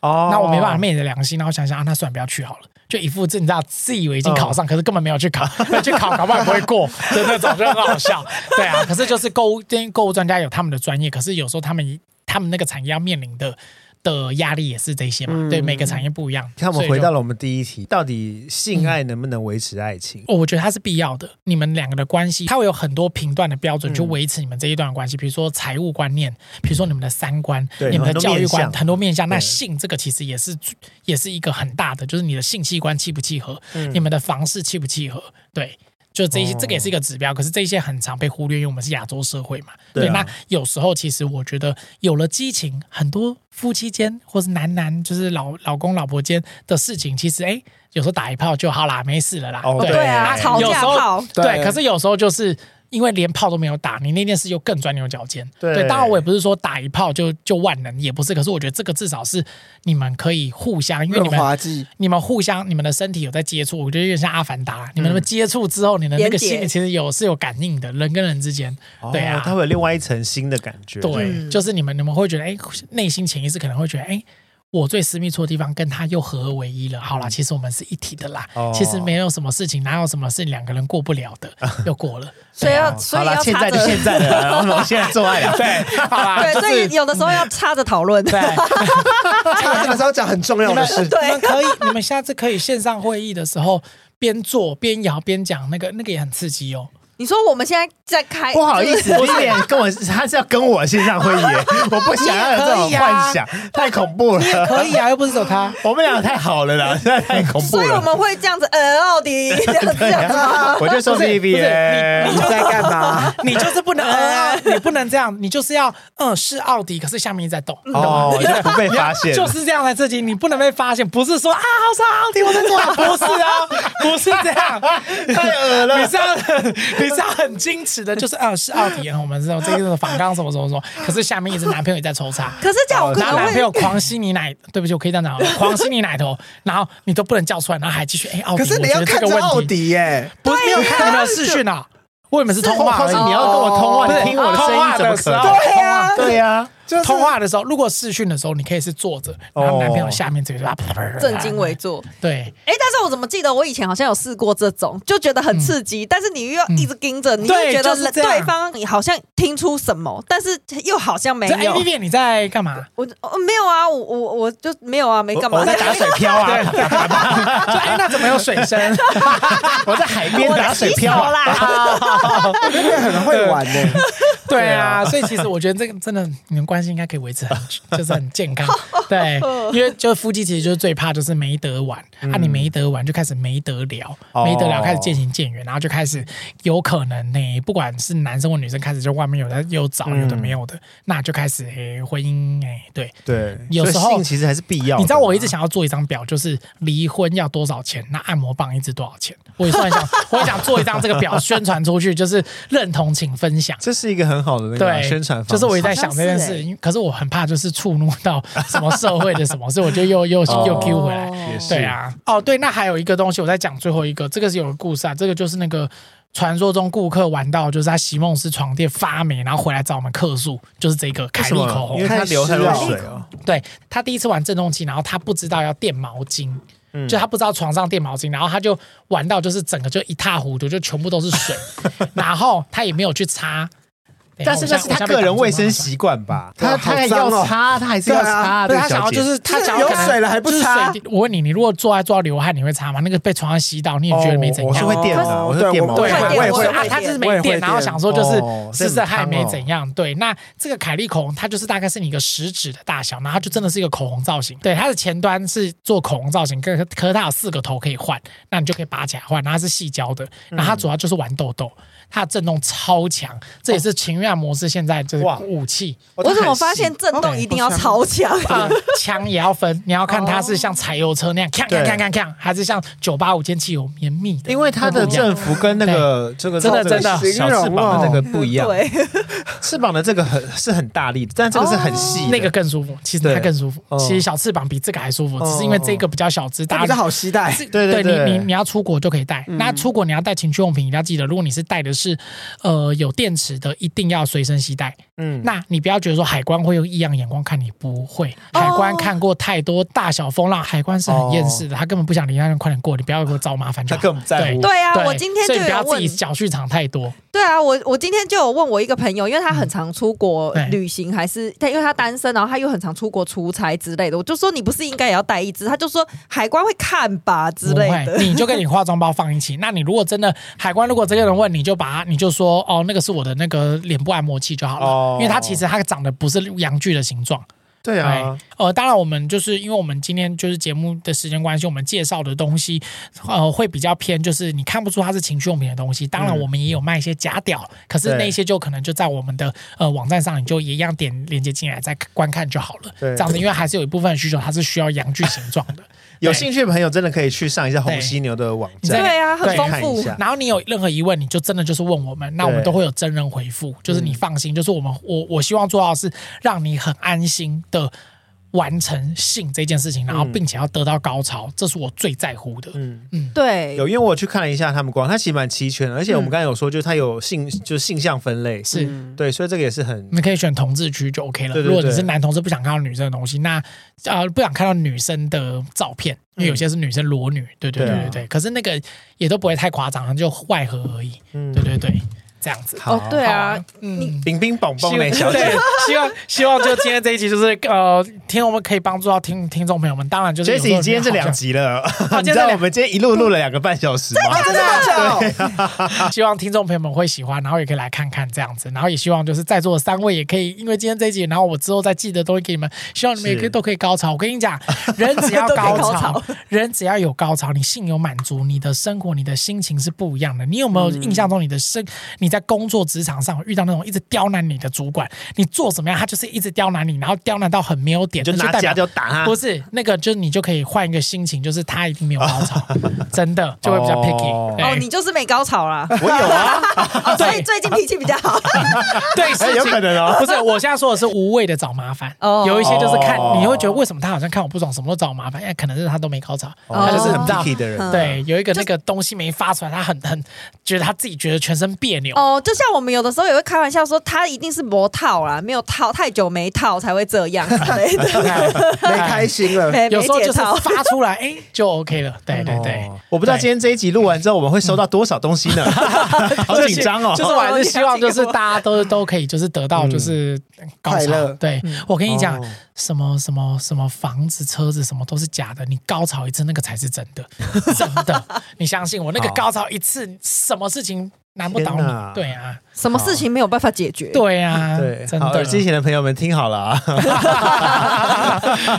C: 哦，
A: 那我没办法昧着良心，然后想想啊，那算了，不要去好了。就一副自你知道自以为已经考
C: [laughs]
A: 上，可是根本没有去考，那去考搞不好也不会过的那种，就很好笑。对啊，可是就是购物，因为购物专家有他们的专业，可是有时候他们他们那个产业要面临的的压力也是这些嘛。对，
C: 嗯
A: 每个产业不一样。
C: 看，我
A: 所以
C: 们
A: 就嗯
C: 回到了我们第一题，到底性爱能不能维持爱情？
A: 哦，我觉得它是必要的。你们两个的关系，它会有很多评断的标
C: 嗯
A: 准去维持你们这一段的关系，比如说财务观念，比如说你们的三观，
C: 对
A: 你们的教育观，
C: 很多面向
A: 很多面向。那
C: 对
A: 性这个其实也是也是一个很大的，就是你的性器官契不契合，你们的房事契不契合，对。就这一些，
C: 嗯哦
A: 这个也是一个指标。可是这一些很常被忽略，因为我们是亚洲社会嘛。
C: 对啊
A: 那有时候其实我觉得有了激情，很多夫妻间或是男男就是老老公老婆间的事情，其实哎，有时候打一炮就好啦，没事了啦。
C: 哦
B: 对啊，
C: 对
B: 吵
A: 有
B: 架
A: 时候
B: 炮，
A: 对，
D: 对
A: 可是有时候就是因为连炮都没有打，你那件事就更钻牛角尖。
C: 对
A: 当然我也不是说打一炮就就万能，也不是。可是我觉得这个至少是你们可以互相，因为你
D: 润
A: 们
D: 滑剂，
A: 你们互相你们的身体有在接触，我觉得有点像阿凡达，你们那么接触之后，你的那个
B: 嗯连结
A: 心里其实有是有感应的，人跟人之间，对啊
C: 哦，它会有另外一层新的感觉。
A: 对，
B: 嗯
A: 就是你们你们会觉得，哎、内心潜意识可能会觉得，哎、我最私密处的地方跟他又合二为一了。好啦，其实我们是一体的啦，
C: 哦
A: 其实没有什么事情，哪有什么事两个人过不了的，又过了。
B: 所以要
C: 哦
B: 所以
C: 好啦
B: 要
C: 现
B: 插
C: 在
B: 着
C: 就，现在了，然后我们现在做爱了。哎对，
A: 好啦，
B: 对，
A: 就
B: 所以
A: 是
B: 有的时候要插着讨论。
A: [laughs] 对，啊
B: [laughs]
D: 他这个时候讲很重要
A: 你
D: 的
A: 们
D: 事，
A: 你们可以，你们下次可以线上会议的时候。边做边摇边讲，那个那个也很刺激哦。
B: 你说我们现在在开，
C: 不好意
B: 就是
C: 思，不是跟我，他是要跟我线上会议，我不想要有这种幻想，太恐怖
A: 你也
C: 了。
A: 可以啊，又不是走他。
C: 我们俩太好了啦，现在太恐怖
B: 所以我
C: 了。啊
B: 们会这样子，呃，奥迪这样子这样子吗。
C: [laughs] 我就说
A: 不是
C: B B
A: 不是
C: 耶，
D: 你在干嘛？
A: 你就是不能，呃、你不能这样，你就是要，嗯，是奥迪，可是下面一直在动，
C: 哦，就不被发现，
A: 就是这样才刺激，你不能被发现，不是说啊，好爽，奥迪我在做
D: [laughs]
A: 啊，不是啊，不是这样，
C: 太恶
A: 你
C: 了
A: 是。要， [laughs] 你是要很矜持的，就是啊，是奥迪，然后我们这种这个仿钢什么什么什么，可是下面一直男朋友也在抽插。
B: 可是这样我可
A: 然
B: 能
A: 后男朋
B: 会
A: 友狂吸你奶，对不起，我可以这样讲好了，狂吸你奶头，然后你都不能叫出来，然后还继续哎，奥迪，
D: 可是你
A: 我觉
D: 要
A: 得
D: 看
A: 这个
D: 着奥
A: 问题，
D: 迪耶，
A: 不是没有看你们的视讯啊，我以为你们是通
C: 通
A: 话
C: 话
A: 而已，
C: 你要跟我通话，你听我的声音怎么可能？
D: 啊
A: 对呀、
C: 对啊呀，
D: 就是
A: 通话的时候，如果视讯的时候，你可以是坐着，然后男朋友下面这个就啊，
B: 正襟危坐。
A: 对
B: 哎，但是我怎么记得我以前好像有试过这种，就觉得很刺激，但是你又要一直盯着，你又
A: 嗯对
B: 觉
A: 就
B: 得
A: 是
B: 人
A: 这样
B: 对方你好像听出什么，但是又好像没
A: 这 A
B: 哎有
A: P。P 你在干嘛？
B: 我哦没有啊，我我我就没有啊，没干嘛。
C: 我在打水漂啊，
A: 就哎，那怎么有水声？
C: 我在海边打水漂啊
B: 我在洗手啦
D: 真的很会玩呢。
A: 对啊，所以其实我觉得这个真的，你们关系应该可以维持很久，就是很健康。对，因为就是夫妻其实就是最怕就是没得玩，啊，你没得玩就开始没得聊，
C: 哦
A: 没得聊开始渐行渐远，然后就开始有可能呢，不管是男生或女生，开始就外面有的有找，有的没有的，那就开始诶婚姻诶，对，
C: 对，
A: 有时候
C: 所以性其实还是必要的。
A: 你知道我一直想要做一张表，就是离婚要多少钱，那按摩棒一支多少钱？ [laughs] 我也是很想，我也想做一张这个表宣传出去，就是认同请分
C: [laughs]
A: 享。
C: 这是一个很好的那个
A: 对，
C: 啊宣传方式，
A: 就是我也在想这件
B: 好像
A: 事，
B: 是欸
A: 因为可是我很怕就是触怒到什么社会的什么，所以我就又又
C: 哦
A: 又 Q 回来。
C: 也是
A: 对啊，哦对，那还有一个东西，我在讲最后一个，这个是有个故事啊，这个就是那个传说中顾客玩到就是他席梦思床垫发霉，然后回来找我们客诉，就是这个
C: 为
A: 凯
C: 什
A: 利
C: 么
A: 口红
C: 因为。它流太多水哦，
A: 对他第一次玩震动器，然后他不知道要垫毛巾，就他不知道床上垫毛巾，然后他就玩到就是整个就一塌糊涂，就全部都是水，然后他也没有去擦。等一下
C: 但是
A: 我
C: 那
A: 现
C: 是
A: 在
C: 他个人卫生。
A: 我现在被挡住了
C: 习惯吧，
D: 对啊
C: 他他
D: 好脏
C: 要
D: 哦
C: 擦，他还是要
D: 对
C: 擦，
D: 啊
A: 不
C: 这
A: 是
C: 个
A: 他想
C: 小
A: 要就
C: 姐。
A: 是他
D: 就是
A: 想要
D: 有
A: 可能
D: 水了还不
A: 就是
D: 擦
A: 水滴我问你，你如果做爱做到流汗，你会擦吗？那个被床上吸到，你也觉得没怎
C: 哦我我是
A: 样。
C: 会电的，
D: 哦
C: 我是
D: 对
C: 电
D: 我
C: 毛
A: 对，
D: 我
C: 巾，
D: 也会
A: 啊，
B: 我也会
A: 他就是没
D: 我也会
A: 电，
D: 电
A: 然后想说就是
C: 哦
A: 试试还没
C: 这很烫哦
A: 怎样。对，那这个凯利口红它就是大概是你一个食指的大小，然后它就真的是一个口红造型。对，它的前端是做口红造型，可可是它有四个头可以换，那你就可以拔起来换。然后它是细胶的，然后它主要就是玩痘痘，它的震动超强，这也是情欲按摩师现在就是
C: 哇
A: 武器。
B: 我怎么发现震动一定要超强？
A: 啊，枪也要分，你要看它是像柴油车那样锵锵锵锵锵，还是像九八五间汽油绵密的。
C: 因为他的政府跟那个这个
A: 真的
C: 这个
A: 真的
C: 小翅膀的那个不一样，
B: 对，
C: 翅膀的这个很是很大力的，但这个是很细的，
A: 那个更舒服，其实它
C: 对
A: 更舒服。
C: 哦
A: 其实小翅膀比这个还舒服，只是因为这个比较小只，
D: 它
A: 大
D: 比较
A: 家。
D: 好携带，
A: 是
C: 对对对嗯
A: 你你你要出国就可以带。那出国你要带情趣用品，一定要记得，如果你是带的是呃有电池的，一定要随身携带。
C: 嗯，
A: 那你不要觉得说海关会用异样眼光看你，不会。海
B: 哦
A: 关看过太多大小风浪，海关是很厌世的，他根本不想你让人快点过，你不要给我找麻烦就
C: 他
A: 好。
C: 哦更不在乎。
B: 对啊，
A: 对
B: 我今天
A: 所以
B: 就
A: 不要
B: 有
A: 自己
B: 问，
A: 小剧场太多。
B: 对啊，我我今天就有问我一个朋友，因为他很常出国
A: 对
B: 旅行，还是他因为他单身，然后他又很常出国出差之类的，我就说你不是应该也要带一只？他就说海关会看吧之
A: 不
B: 类
A: 会，
B: 的。
A: 你就跟你化妆包放一起。那你如果真的海关，如果这个人问，你就把它你就说哦，那个是我的那个脸部按摩器就好了，
C: 哦
A: 因为它其实它长得不是阳具的形状，
C: 对啊，
A: 呃，当然我们就是因为我们今天就是节目的时间关系，我们介绍的东西，呃，会比较偏就是你看不出它是情趣用品的东西。当然
C: 嗯
A: 我们也有卖一些假屌，可是
C: 对
A: 那些就可能就在我们的呃网站上，你就一样点链接进来再观看就好了。
C: 对
A: 这样子，因为还是有一部分需求它是需要阳具形状的。
C: 有兴趣的朋友真的可以去上一下红犀牛的网
A: 对
C: 站，
B: 对啊，很
A: 对
B: 丰
C: 看一
B: 富。
C: 下
A: 然后你有任何疑问，你就真的就是问我们，那我们
C: 对嗯
A: 都会有真人回复，就是你放心，就是我们我我希望做到的是让你很安心的完成性这件事情，然后并且要得到高潮，这是我最在乎的。
C: 嗯，
B: 对，
C: 有，因为我去看了一下他们官网，它其实蛮齐全的，而且我们刚才有说，就是它有性，就是性向分类，
A: 是，
C: 对，所以这个也是嗯很
A: 你可以选同志区就 OK 了。
C: 对对
A: 如果你
C: 对
A: 是男同志不想看到女生的东西，那呃不想看到女生的照片，因为有些是女生裸女，对对对
C: 嗯对啊
A: 对对。可是那个也都不会太夸张，就外盒而已。
C: 嗯
A: 对对对，这样子。
C: 好
B: 哦，对啊
A: 好，，嗯。
C: 冰冰棒棒嘞，
A: 希
C: 小
A: 望
C: 姐 [laughs]
A: 对。希望希望就今天这一集就是呃，听我们可以帮助到听听众朋友们。当 [laughs] 然就是有时候
C: ，Jesse 今天这
A: 好
C: 两
A: 像，[laughs]
C: 集了， [laughs] 你
A: 今天
C: 知
A: 这
C: 道
A: 两
C: 我们今天一路录了两个半小时吗？
D: 真的好巧，
C: 啊
A: 希望听众朋友们会喜欢，然后也可以来看看这样子，然后也希望就是在座的三位也可以因为今天这一集，然后我之后再寄的东西给你们，希望你们也可以
C: 是
A: 都可以高潮。我跟你讲，人只要
B: 都可以
A: 高
B: 高
A: 潮
B: 潮，
A: 人只要有高潮，你性有满足，你的生活、你的心情是不一样的。你有没有印象中你的生你在工作职场上遇到那种一直刁难你的主管，你做怎么样，他就是一直刁难你，然后刁难到很没有点，
C: 你就
A: 那
C: 拿
A: 代表
C: 夹就打啊他
A: 不，是那个，就是你就可以换一个心情，就是他一定没有高
C: [laughs]
A: 潮，真的就会比较 picky、哎
C: 哦
A: 对
B: 哦，你就是没高潮啦，
C: 我有啊，
B: 哦 [laughs] 所以最近脾气比较
C: [laughs]
B: 好。
A: 对
C: 哎
A: 事
C: 有
A: 情
C: 可能哦。
A: 不是，我现在说的是无谓的找麻烦。
B: 哦
A: 有一些就是看
C: 哦
A: 你会觉得为什么他好像看我不爽，什么都找我麻烦，哎，可能是他都没高潮，
C: 哦
A: 他就是
C: 很
A: 很大。
C: picky 的人，
B: 嗯
A: 对，有一个那个东西没发出来，他很很觉得他自己觉得全身别扭。
B: 哦，就像我们有的时候也会开玩笑说，他一定是磨套啦，没有套太久没套才会这样之类的 [laughs]
D: 没开心了。
B: 没
A: 有
B: 没
A: 时候
B: 解
A: 就是
B: 套。
A: 发出来，哎，就 OK 了。对对对
C: 哦，我不知道今天这一集录完之后，我们会收到多少东西呢？ [laughs] 好紧张哦
A: 就。是我还是希望就是大家
B: [laughs]
A: 都都可以就是得到就是
B: 嗯
A: 高
D: 快
A: 潮
D: 乐。
A: 对我跟你讲
C: 哦，
A: 什么什么什么房子、车子什么都是假的，你高潮一次那个才是真的，真的，你相信我，那个
C: 好
A: 高潮一次，什么事情难不倒
C: 天哪
A: 你？对啊，
B: 什么事情没有办法解决？
A: [laughs] 对啊，
C: [laughs] 对，
A: 真
C: 好，
A: 的
C: 耳。机前的朋友们听好了啊！
A: [laughs]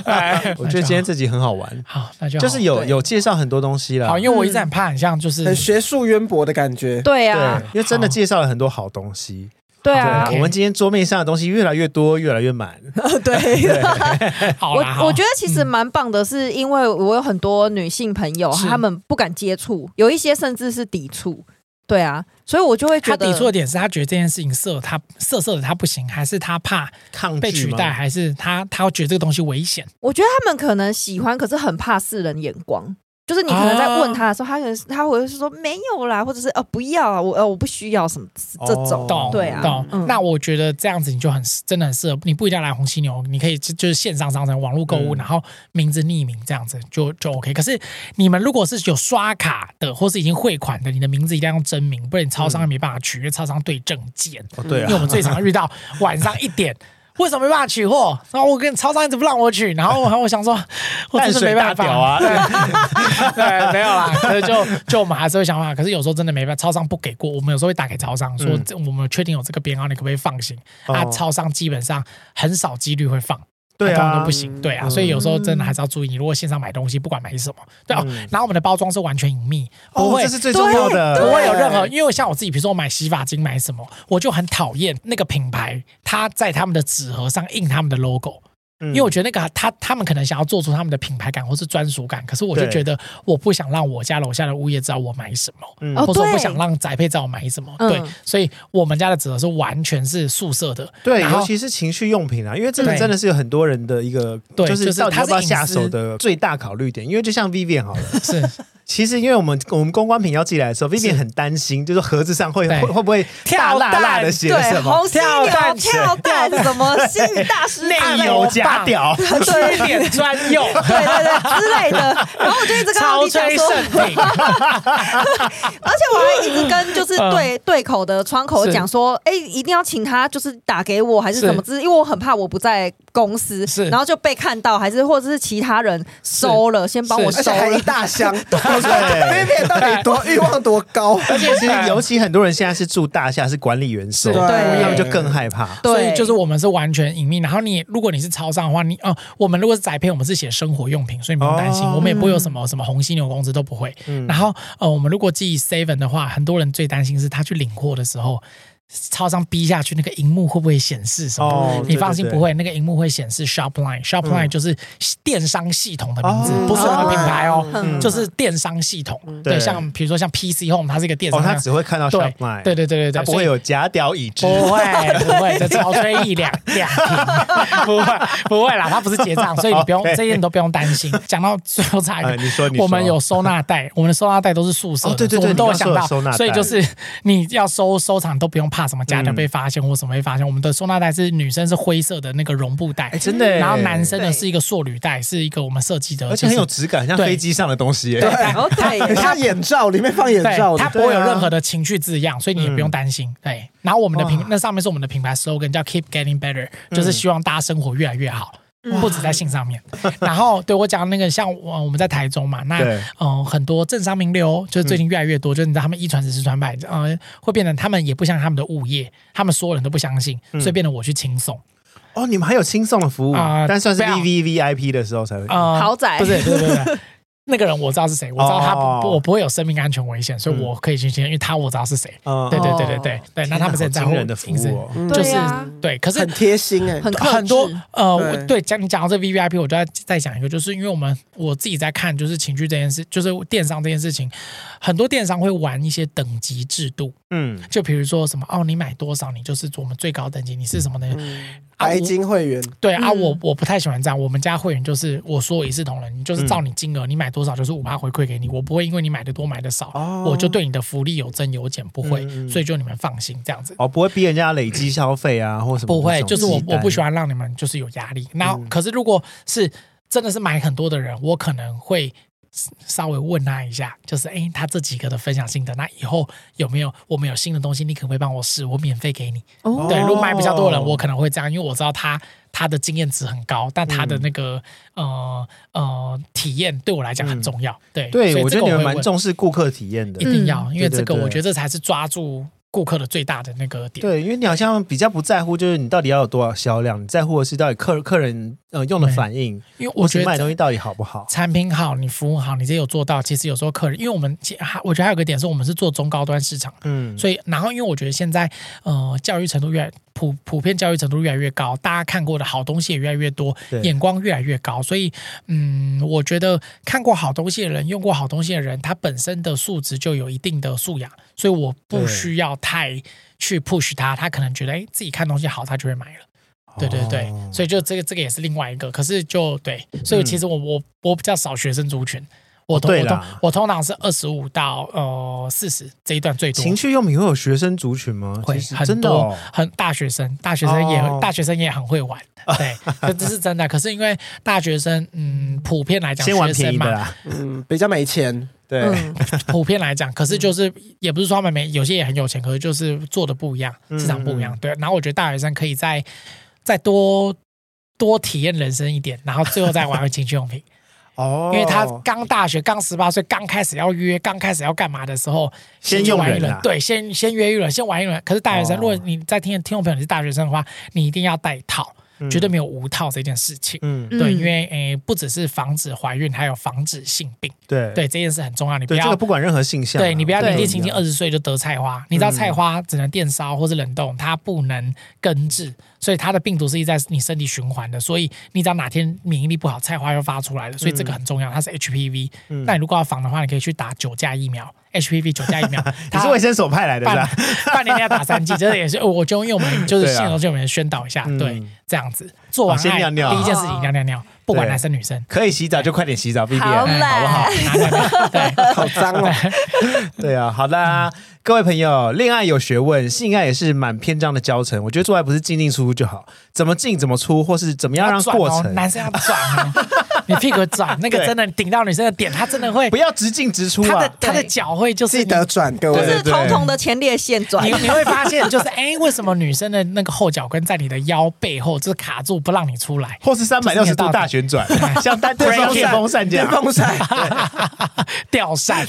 A: 哎
C: [laughs] 我觉得今天这集很好玩，
A: 好，那就好
C: 就是有有介绍很多东西了。
A: 好，因为我一
B: 嗯
A: 直很怕，很像就是
D: 很学术渊博的感觉，
B: 对
C: 对
B: 啊，，
C: 因为真的介绍了很多好东西。
B: 对
A: 对
B: 啊
A: 好，
C: 我们今天桌面上的东西越来越多，越来越满。
B: 对。
A: 好
B: 我
A: 啦，好嗯
B: 我觉得其实蛮棒的，是因为我有很多女性朋友，
A: 是
B: 她们不敢接触，有一些甚至是抵触，对啊，所以我就会觉
A: 他
B: 得
A: 抵触的点是他觉得这件事情色他色色的他不行，还是他怕
C: 抗拒
A: 被取
C: 吗
A: 代，还是他他觉得这个东西危险？
B: 我觉得他们可能喜欢，可是很怕世人眼光。就是你可能在问他的时候，他可能
A: 哦
B: 是他会说没有啦，或者是哦不要啊，我呃我不需要什么这种，
C: 哦
A: 懂，
B: 对啊
A: 懂。
B: 嗯
A: 那我觉得这样子你就很真的很适合，你不一定要来红犀牛，你可以就就是线上商城、网络购物，
C: 嗯
A: 然后名字匿名这样子就就 OK。可是你们如果是有刷卡的，或是已经汇款的，你的名字一定要用真名，不然你超商也没办法取，因为超商对证件。
C: 哦对
A: 因为我
C: 啊，
A: 们最常遇到晚上一点。为什么没办法取货？然后我跟超商一直不让我取，然后我我想说，我真
C: 淡
A: 是
C: 水
A: 没
C: 大
A: 办法
C: 屌
A: [laughs]
C: 啊！
A: 对，没有
C: [laughs]
A: 啦，可是就就我们还是会想办法。可是有时候真的没办法，超商不给过，我们有时候会打给超商说，
C: 嗯
A: 这我们确定有这个编号，你可不可以放行？
C: 哦
A: 啊，超商基本上很少几率会放。
C: 对
A: 它通常
C: 啊
A: 都不，行，对啊，
C: 嗯
A: 所以有时候真的还是要注意。你如果线上买东西，不管买什么，对哦
C: 嗯，
A: 然后我们的包装是完全隐秘，不
C: 哦，
A: 会
C: 这是最重要的，
A: 不会有
D: 对
A: 任何，因为像我自己，比如说我买洗发精买什么，我就很讨厌那个品牌，它在他们的纸盒上印他们的 logo，、
C: 嗯
A: 因为我觉得那个他他们可能想要做出他们的品牌感或是专属感，可是我就
C: 对
A: 觉得我不想让我家楼下的物业知道我买什么。
C: 嗯
B: 哦
A: 或者我
B: 对
A: 不想让宅配知道我买什么，
B: 嗯
A: 对，所以我们家的纸盒是完全是宿舍的，
C: 对，
A: 然后
C: 尤其是情趣用品啊，因为这个
A: 对
C: 真的是有很多人的一个，
A: 对就
C: 就
A: 是是
C: 到底
A: 它
C: 要
A: 是
C: 不要
A: 隐
C: 下
A: 私
C: 手的最大考虑点。因为就像 Vivian 好了，
A: [laughs] 是
C: 其实因为我们我们公关品要寄来的时候，Vivian 很担心，就是盒子上会
A: 对
C: 会会不会大
A: 跳
C: 辣辣的
A: 蛋
C: 写了
B: 对
C: 什么
B: 红犀牛
A: 跳蛋
B: 跳蛋什么心语大师
C: 内
B: 大类
C: 有
A: 油
C: 假
A: [laughs]
C: 屌，
B: 对
A: 缺点专用，
B: 对
A: [laughs]
B: 对对之类的，然后我就一直跟
A: 超
B: 奥迪讲
A: 吹
B: 说，
A: 圣品，
B: 而且我还一直跟就是对对口的窗口讲说，哎，一定要请他就是打给我还是
A: 是
B: 什么之，因为我很怕我不在公司
A: 是，
B: 然后就被看到，还是或者是其他人收了，先帮我
A: 是
D: 而且
B: 收
D: 还
B: 了
D: 一。大箱，对我说这边到底多欲望多高？
C: 而且其实尤其很多人现在是住大厦，是管理员收，
A: 是
B: 对
C: 他们就更害怕。
A: 所
B: 对，
A: 以就是我们是完全隐秘。然后你如果你是超商的话，你哦、我们如果是宅配，我们是写生活用品，所以你不用担心，
C: 哦嗯
A: 我们也不会有什么什么红犀牛公司都不会。然后呃，我们如果寄 seven 的话，很多人最担心是他去领货的时候。超商逼下去，那个荧幕会不会显示什么？
C: 哦
A: 你放心，
C: 对对对嗯
A: 不会，那个荧幕会显示 Shopline，Shopline、就是电商系统的名字，
C: 哦
A: 不是我们品牌哦，
C: 嗯
A: 就是电商系统。
C: 对
A: 对，像比如说像 PC Home，它是一个电商
C: 哦，
A: 系
C: 他
A: 统，
C: 只会看到
A: 对
C: shop line，
A: 对对对对对，
C: 他不
A: 所
C: 会
A: 以
C: 有假屌已知。 [laughs]
A: 不会，不会，这潮吹一两两瓶，不会，不会啦，它不是结账，所以你不用
C: OK
A: 这些你都不用担心。讲到最后差一
C: 哎
A: 个，
C: 你说你说
A: 我们有收纳袋，我们的收纳袋都是宿舍的，
C: 哦对对对
A: 我们都有想
C: 你
A: 到
C: 刚说有收纳袋，
A: 所以就是你要收收藏都不用怕什么家长
C: 嗯
A: 被发现或什么被发现，我们的收纳袋是女生是灰色的那个绒布袋
C: 哎，，真的耶。
A: 然后男生呢
B: 对
A: 是一个塑履袋，是一个我们设计的，
C: 而且很有
A: 就是
C: 质感，像
A: 对
C: 飞机上的东西欸耶。
B: 哦
D: 很
B: 对，
D: [laughs] 像眼罩，里面放眼
A: 对
D: 罩，的
A: 它，不会有任何的情绪字样，所以你也不用担心。对，然后我们的品
C: 哇
A: 那上面是我们的品牌 slogan 叫 Keep Getting Better，就是希望大家生活越来越好。不止在性上面， [laughs] 然后对我讲那个像呃我我们在台中嘛，那
C: 对
A: 嗯很多政商名流就是最近越来越多，就是你知道他们一传十十传百，嗯会变成他们也不相信他们的物业，他们所有人都不相信，所以变得我去轻松
C: 哦，你们还有轻松的服务，
A: 啊
C: 但算是
A: 不要
C: V V V I P 的时候才会。
A: 啊，
B: 豪宅
A: 不是不是不是。那个人我知道是谁，我知道他不不，我不会有生命安全危险，所以我可以去签，因为他我知道是谁。
C: 嗯
A: 对对对对
B: 哦
A: 对对，那
C: 天哪
A: 他们是
C: 好
A: 很在
C: 惊
A: 乎
C: 人的服
A: 隐私
C: 务哦，
A: 就是
B: 对啊
A: 对，可是
D: 很贴心哎，
B: 很克
A: 很多
B: 制
A: 呃，
D: 对
A: 我对，讲你讲到这 V V I P，我就要再讲一个，就是因为我们我自己在看，就是情趣这件事，就是电商这件事情，很多电商会玩一些等级制度，
C: 嗯，
A: 就比如说什么哦，你买多少，你就是我们最高等级，你是什么呢？
C: 嗯
A: 啊
D: 白
A: 我
D: 金会员，
A: 对啊，
B: 嗯
A: 我我不太喜欢这样。我们家会员就是我说一视同仁，你
C: 嗯
A: 就是照你金额，你买多少就是五趴回馈给你，我不会因为你买的多买的少，
C: 哦
A: 我就对你的福利有增有减，不会，
C: 嗯嗯
A: 所以就你们放心这样子。
C: 哦，不会逼人家累积消费啊，或什么这种
A: 不会，就是我
C: 忌惮
A: 我不喜欢让你们就是有压力。
C: 嗯
A: 那、可是如果是真的是买很多的人，我可能会稍微问他一下，就是诶，他这几个的分享心得，那以后有没有我们有新的东西，你可不可以帮我试，我免费给你。
B: 哦
A: 对，如果买比较多的人，我可能会这样，因为我知道他他的经验值很高，但他的那个、呃呃体验对我来讲很重要。对，所
C: 嗯对，
A: 以
C: 我
A: 这
C: 觉
A: 个
C: 得你
A: 我
C: 们
A: 会
C: 蛮
A: 问
C: 重视顾客体验的
A: 一。定要，因为
C: 对对
A: 这个我
C: 对
A: 觉得这才是抓住顾客的最大的那个点。
C: 对，因为你好像比较不在乎，就是你到底要有多少销量，你在乎的是到底客客人呃用的
A: 对
C: 反应，
A: 因为
C: 或
A: 我
C: 是
A: 觉
C: 卖
A: 得
C: 东西到底好不好。
A: 产品好，你服务好，你这有做到，其实有时候客人，因为我们其还我觉得还有个点是我们是做中高端市场，
C: 嗯，
A: 所以然后因为我觉得现在呃教育程度越来普普遍教育程度越来越高，大家看过的好东西也越来越多
C: 对，
A: 眼光越来越高，所以嗯，我觉得看过好东西的人，用过好东西的人，他本身的素质就有一定的素养，所以我不
C: 对
A: 需要太去 push 他，他可能觉得哎自己看东西好，他就会买了。对对对，
C: 哦
A: 所以就这个这个也是另外一个，可是就对，所以其实我、我我比较少学生族群，我通、
C: 哦对
A: 我通
C: 啦
A: 我通常是二十五到呃四十这一段最多，
C: 情趣用品会有学生族群吗？
A: 会
C: 其实
A: 很
C: 真的
A: 多
C: 哦，
A: 很大学生，大学生也、
C: 哦
A: 大学生也很会玩，
C: [laughs]
A: 对，这这是真的。可是因为大学生，嗯，普遍来讲，
C: 先玩
A: 学生
C: 便宜的 [laughs]
A: 嘛，
C: 啦。
D: 嗯，比较没钱，
C: 对，
B: 嗯，
A: 普遍来讲，可是就是
C: 嗯
A: 也不是说他们没，有些也很有钱，可是就是做的不一样，
C: 嗯
A: 市场不一样。对，然后我觉得大学生可以再再多多体验人生一点，然后最后再玩回情趣用品。
C: 哦，
A: 因为他刚大学、刚十八岁、刚开始要约、刚开始要干嘛的时候，
C: 先
A: 去玩
C: 用
A: 一
C: 人
A: 轮
C: 啊
A: 对，先先约一轮，先玩一轮。可是大学生，
C: 哦
A: 如果你在听听众朋友你是大学生的话，你一定要带套，绝对没有无套这件事情。
C: 嗯，
B: 嗯
A: 对，因为诶、不只是防止怀孕，还有防止性病，
C: 对
A: 对这件事很重要。你不
C: 对，这
A: 要
C: 个不管任何性向啊，
A: 对你不要
C: 这个
A: 年纪
C: 都
A: 轻
C: 一
A: 轻
C: 样，
A: 二十岁就得菜花，你知道菜花只能电烧或是冷冻，它不能根治，所以它的病毒是一直在你身体循环的。所以你只要哪天免疫力不好，菜花又发出来了，所以这个很重要，它是 HPV。那你如果要防的话，你可以去打九价疫苗，HPV 九价疫苗
C: [laughs] 你
A: 它
C: 是卫生所派来的
A: 半
C: 是吧？
A: 半年内要打三剂，这也是我就用我们就是
C: 对啊
A: 信友就我们宣导一下，对
C: 嗯，
A: 这样子做完
C: 哦先
A: 爱
C: 尿尿
A: 第一件事情尿尿尿，不管
C: 对
A: 男生女生。
C: 可以洗澡就快点洗澡，B B，
B: 好
C: 好不 [laughs] 好？
A: 拿尿尿对，
D: 好脏哦，
A: [laughs]
C: 对啊，好啦，各位朋友，恋爱有学问，性爱也是蛮篇章的教程。我觉得做爱不是进进出出就好，怎么进怎么出，或是怎么样让
A: 转
C: 过
A: 哦
C: 程。
A: 男生要转哦，你屁股长，那个
C: 对
A: 真的顶到女生的点，她真的会
C: 不，要直进直出
A: 她
C: 啊
A: 的！她的脚会就是
D: 记得转各
B: 就
D: 位
B: 是
C: 对对
B: 彤彤的前列腺转
A: 你。你会发现，就是哎、为什么女生的那个后脚跟在你的腰背后就是卡住不让你出来？
C: 或是三百六十度大旋转，
A: [laughs]
C: 像单对方电风扇这
D: 电
C: 样。
D: 风扇，
A: 吊扇，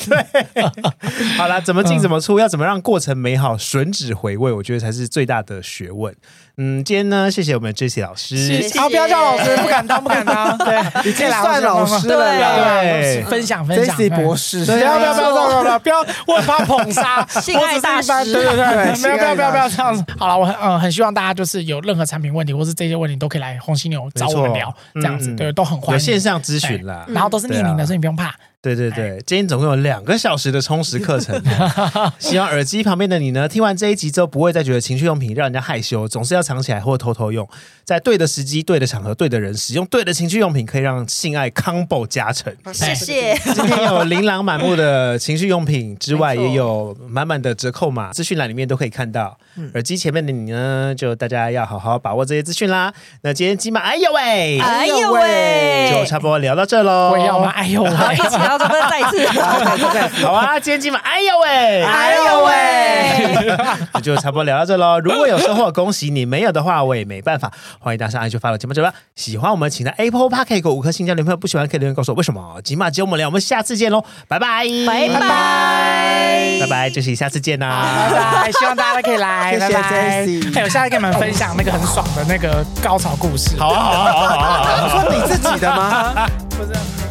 C: [laughs] 好啦，怎么进怎么出，要怎么让过程美好，吮指回味，我觉得才是最大的学问。嗯，今天呢，谢谢我们 Jessie 老
A: 是
C: 师，
B: 谢
A: 啊，不要叫老师，不敢当，不敢当。对，
D: 已经算老师了啦。
C: 对
A: 分享啊分享。
D: Jesse 博士，
A: 不要不要不要不要不要不要！我很怕捧杀，
B: [laughs] 性爱大师
A: 我只是一般对对对，
C: [laughs]
D: 对
A: 不要不要不要
D: 性
A: 不要这
D: 爱大师
A: 样子。好了，我很嗯很希望大家就是有任何产品问题或是这些问题都可以来红犀牛找我们
C: 没错
A: 聊，这样子
C: 嗯嗯
A: 对都很欢
C: 有
A: 迎
C: 线上咨询啦。
A: 然后都是匿名
C: 对啊
A: 的，所以你不用怕。
C: 对对对，今天总共有两个小时的充实课程， [laughs] 希望耳机旁边的你呢，听完这一集之后，不会再觉得情趣用品让人家害羞，总是要藏起来或偷偷用，在对的时机、对的场合、对的人使用对的情趣用品，可以让性爱 combo 加成。
B: 谢谢，
C: 今天有琳琅满目的情趣用品之外，
B: [laughs] 没错
C: 也有满满的折扣码，资讯栏里面都可以看到。
B: 嗯
C: 耳机前面的你呢，就大家要好好把握这些资讯啦。那今天今晚，哎呦喂，
B: 哎呦
C: 就
B: 喂，
C: 差不多聊到这喽。
A: 我也要吗？哎呦，
B: 好，
A: 我
B: 一起，然后咱们再一次，
C: [laughs] 好啊，今天今晚，哎呦喂，
B: 哎呦喂。
C: 那就差不多聊 [laughs] 到这喽。如果有收获，恭喜你；没有的话，我也没办法。欢迎大家上 i 就发了节目，怎么喜欢我们，请在 Apple Park 给我五颗星加留言，不喜欢可以留言告诉我为什么。吉马只有我们聊，我们下次见喽，拜拜，
B: 拜拜
C: 拜拜，就是下次见啊啦、
A: 拜拜，
C: [laughs]
A: 希望大家都可以来，
D: 谢谢
A: 拜拜哎
D: Jessie
A: 还有下次跟你们分享那个很爽的那个高潮故事。
C: 好啊，好啊，好啊，好啊，好啊。
D: 说你自己的吗？
A: 不是。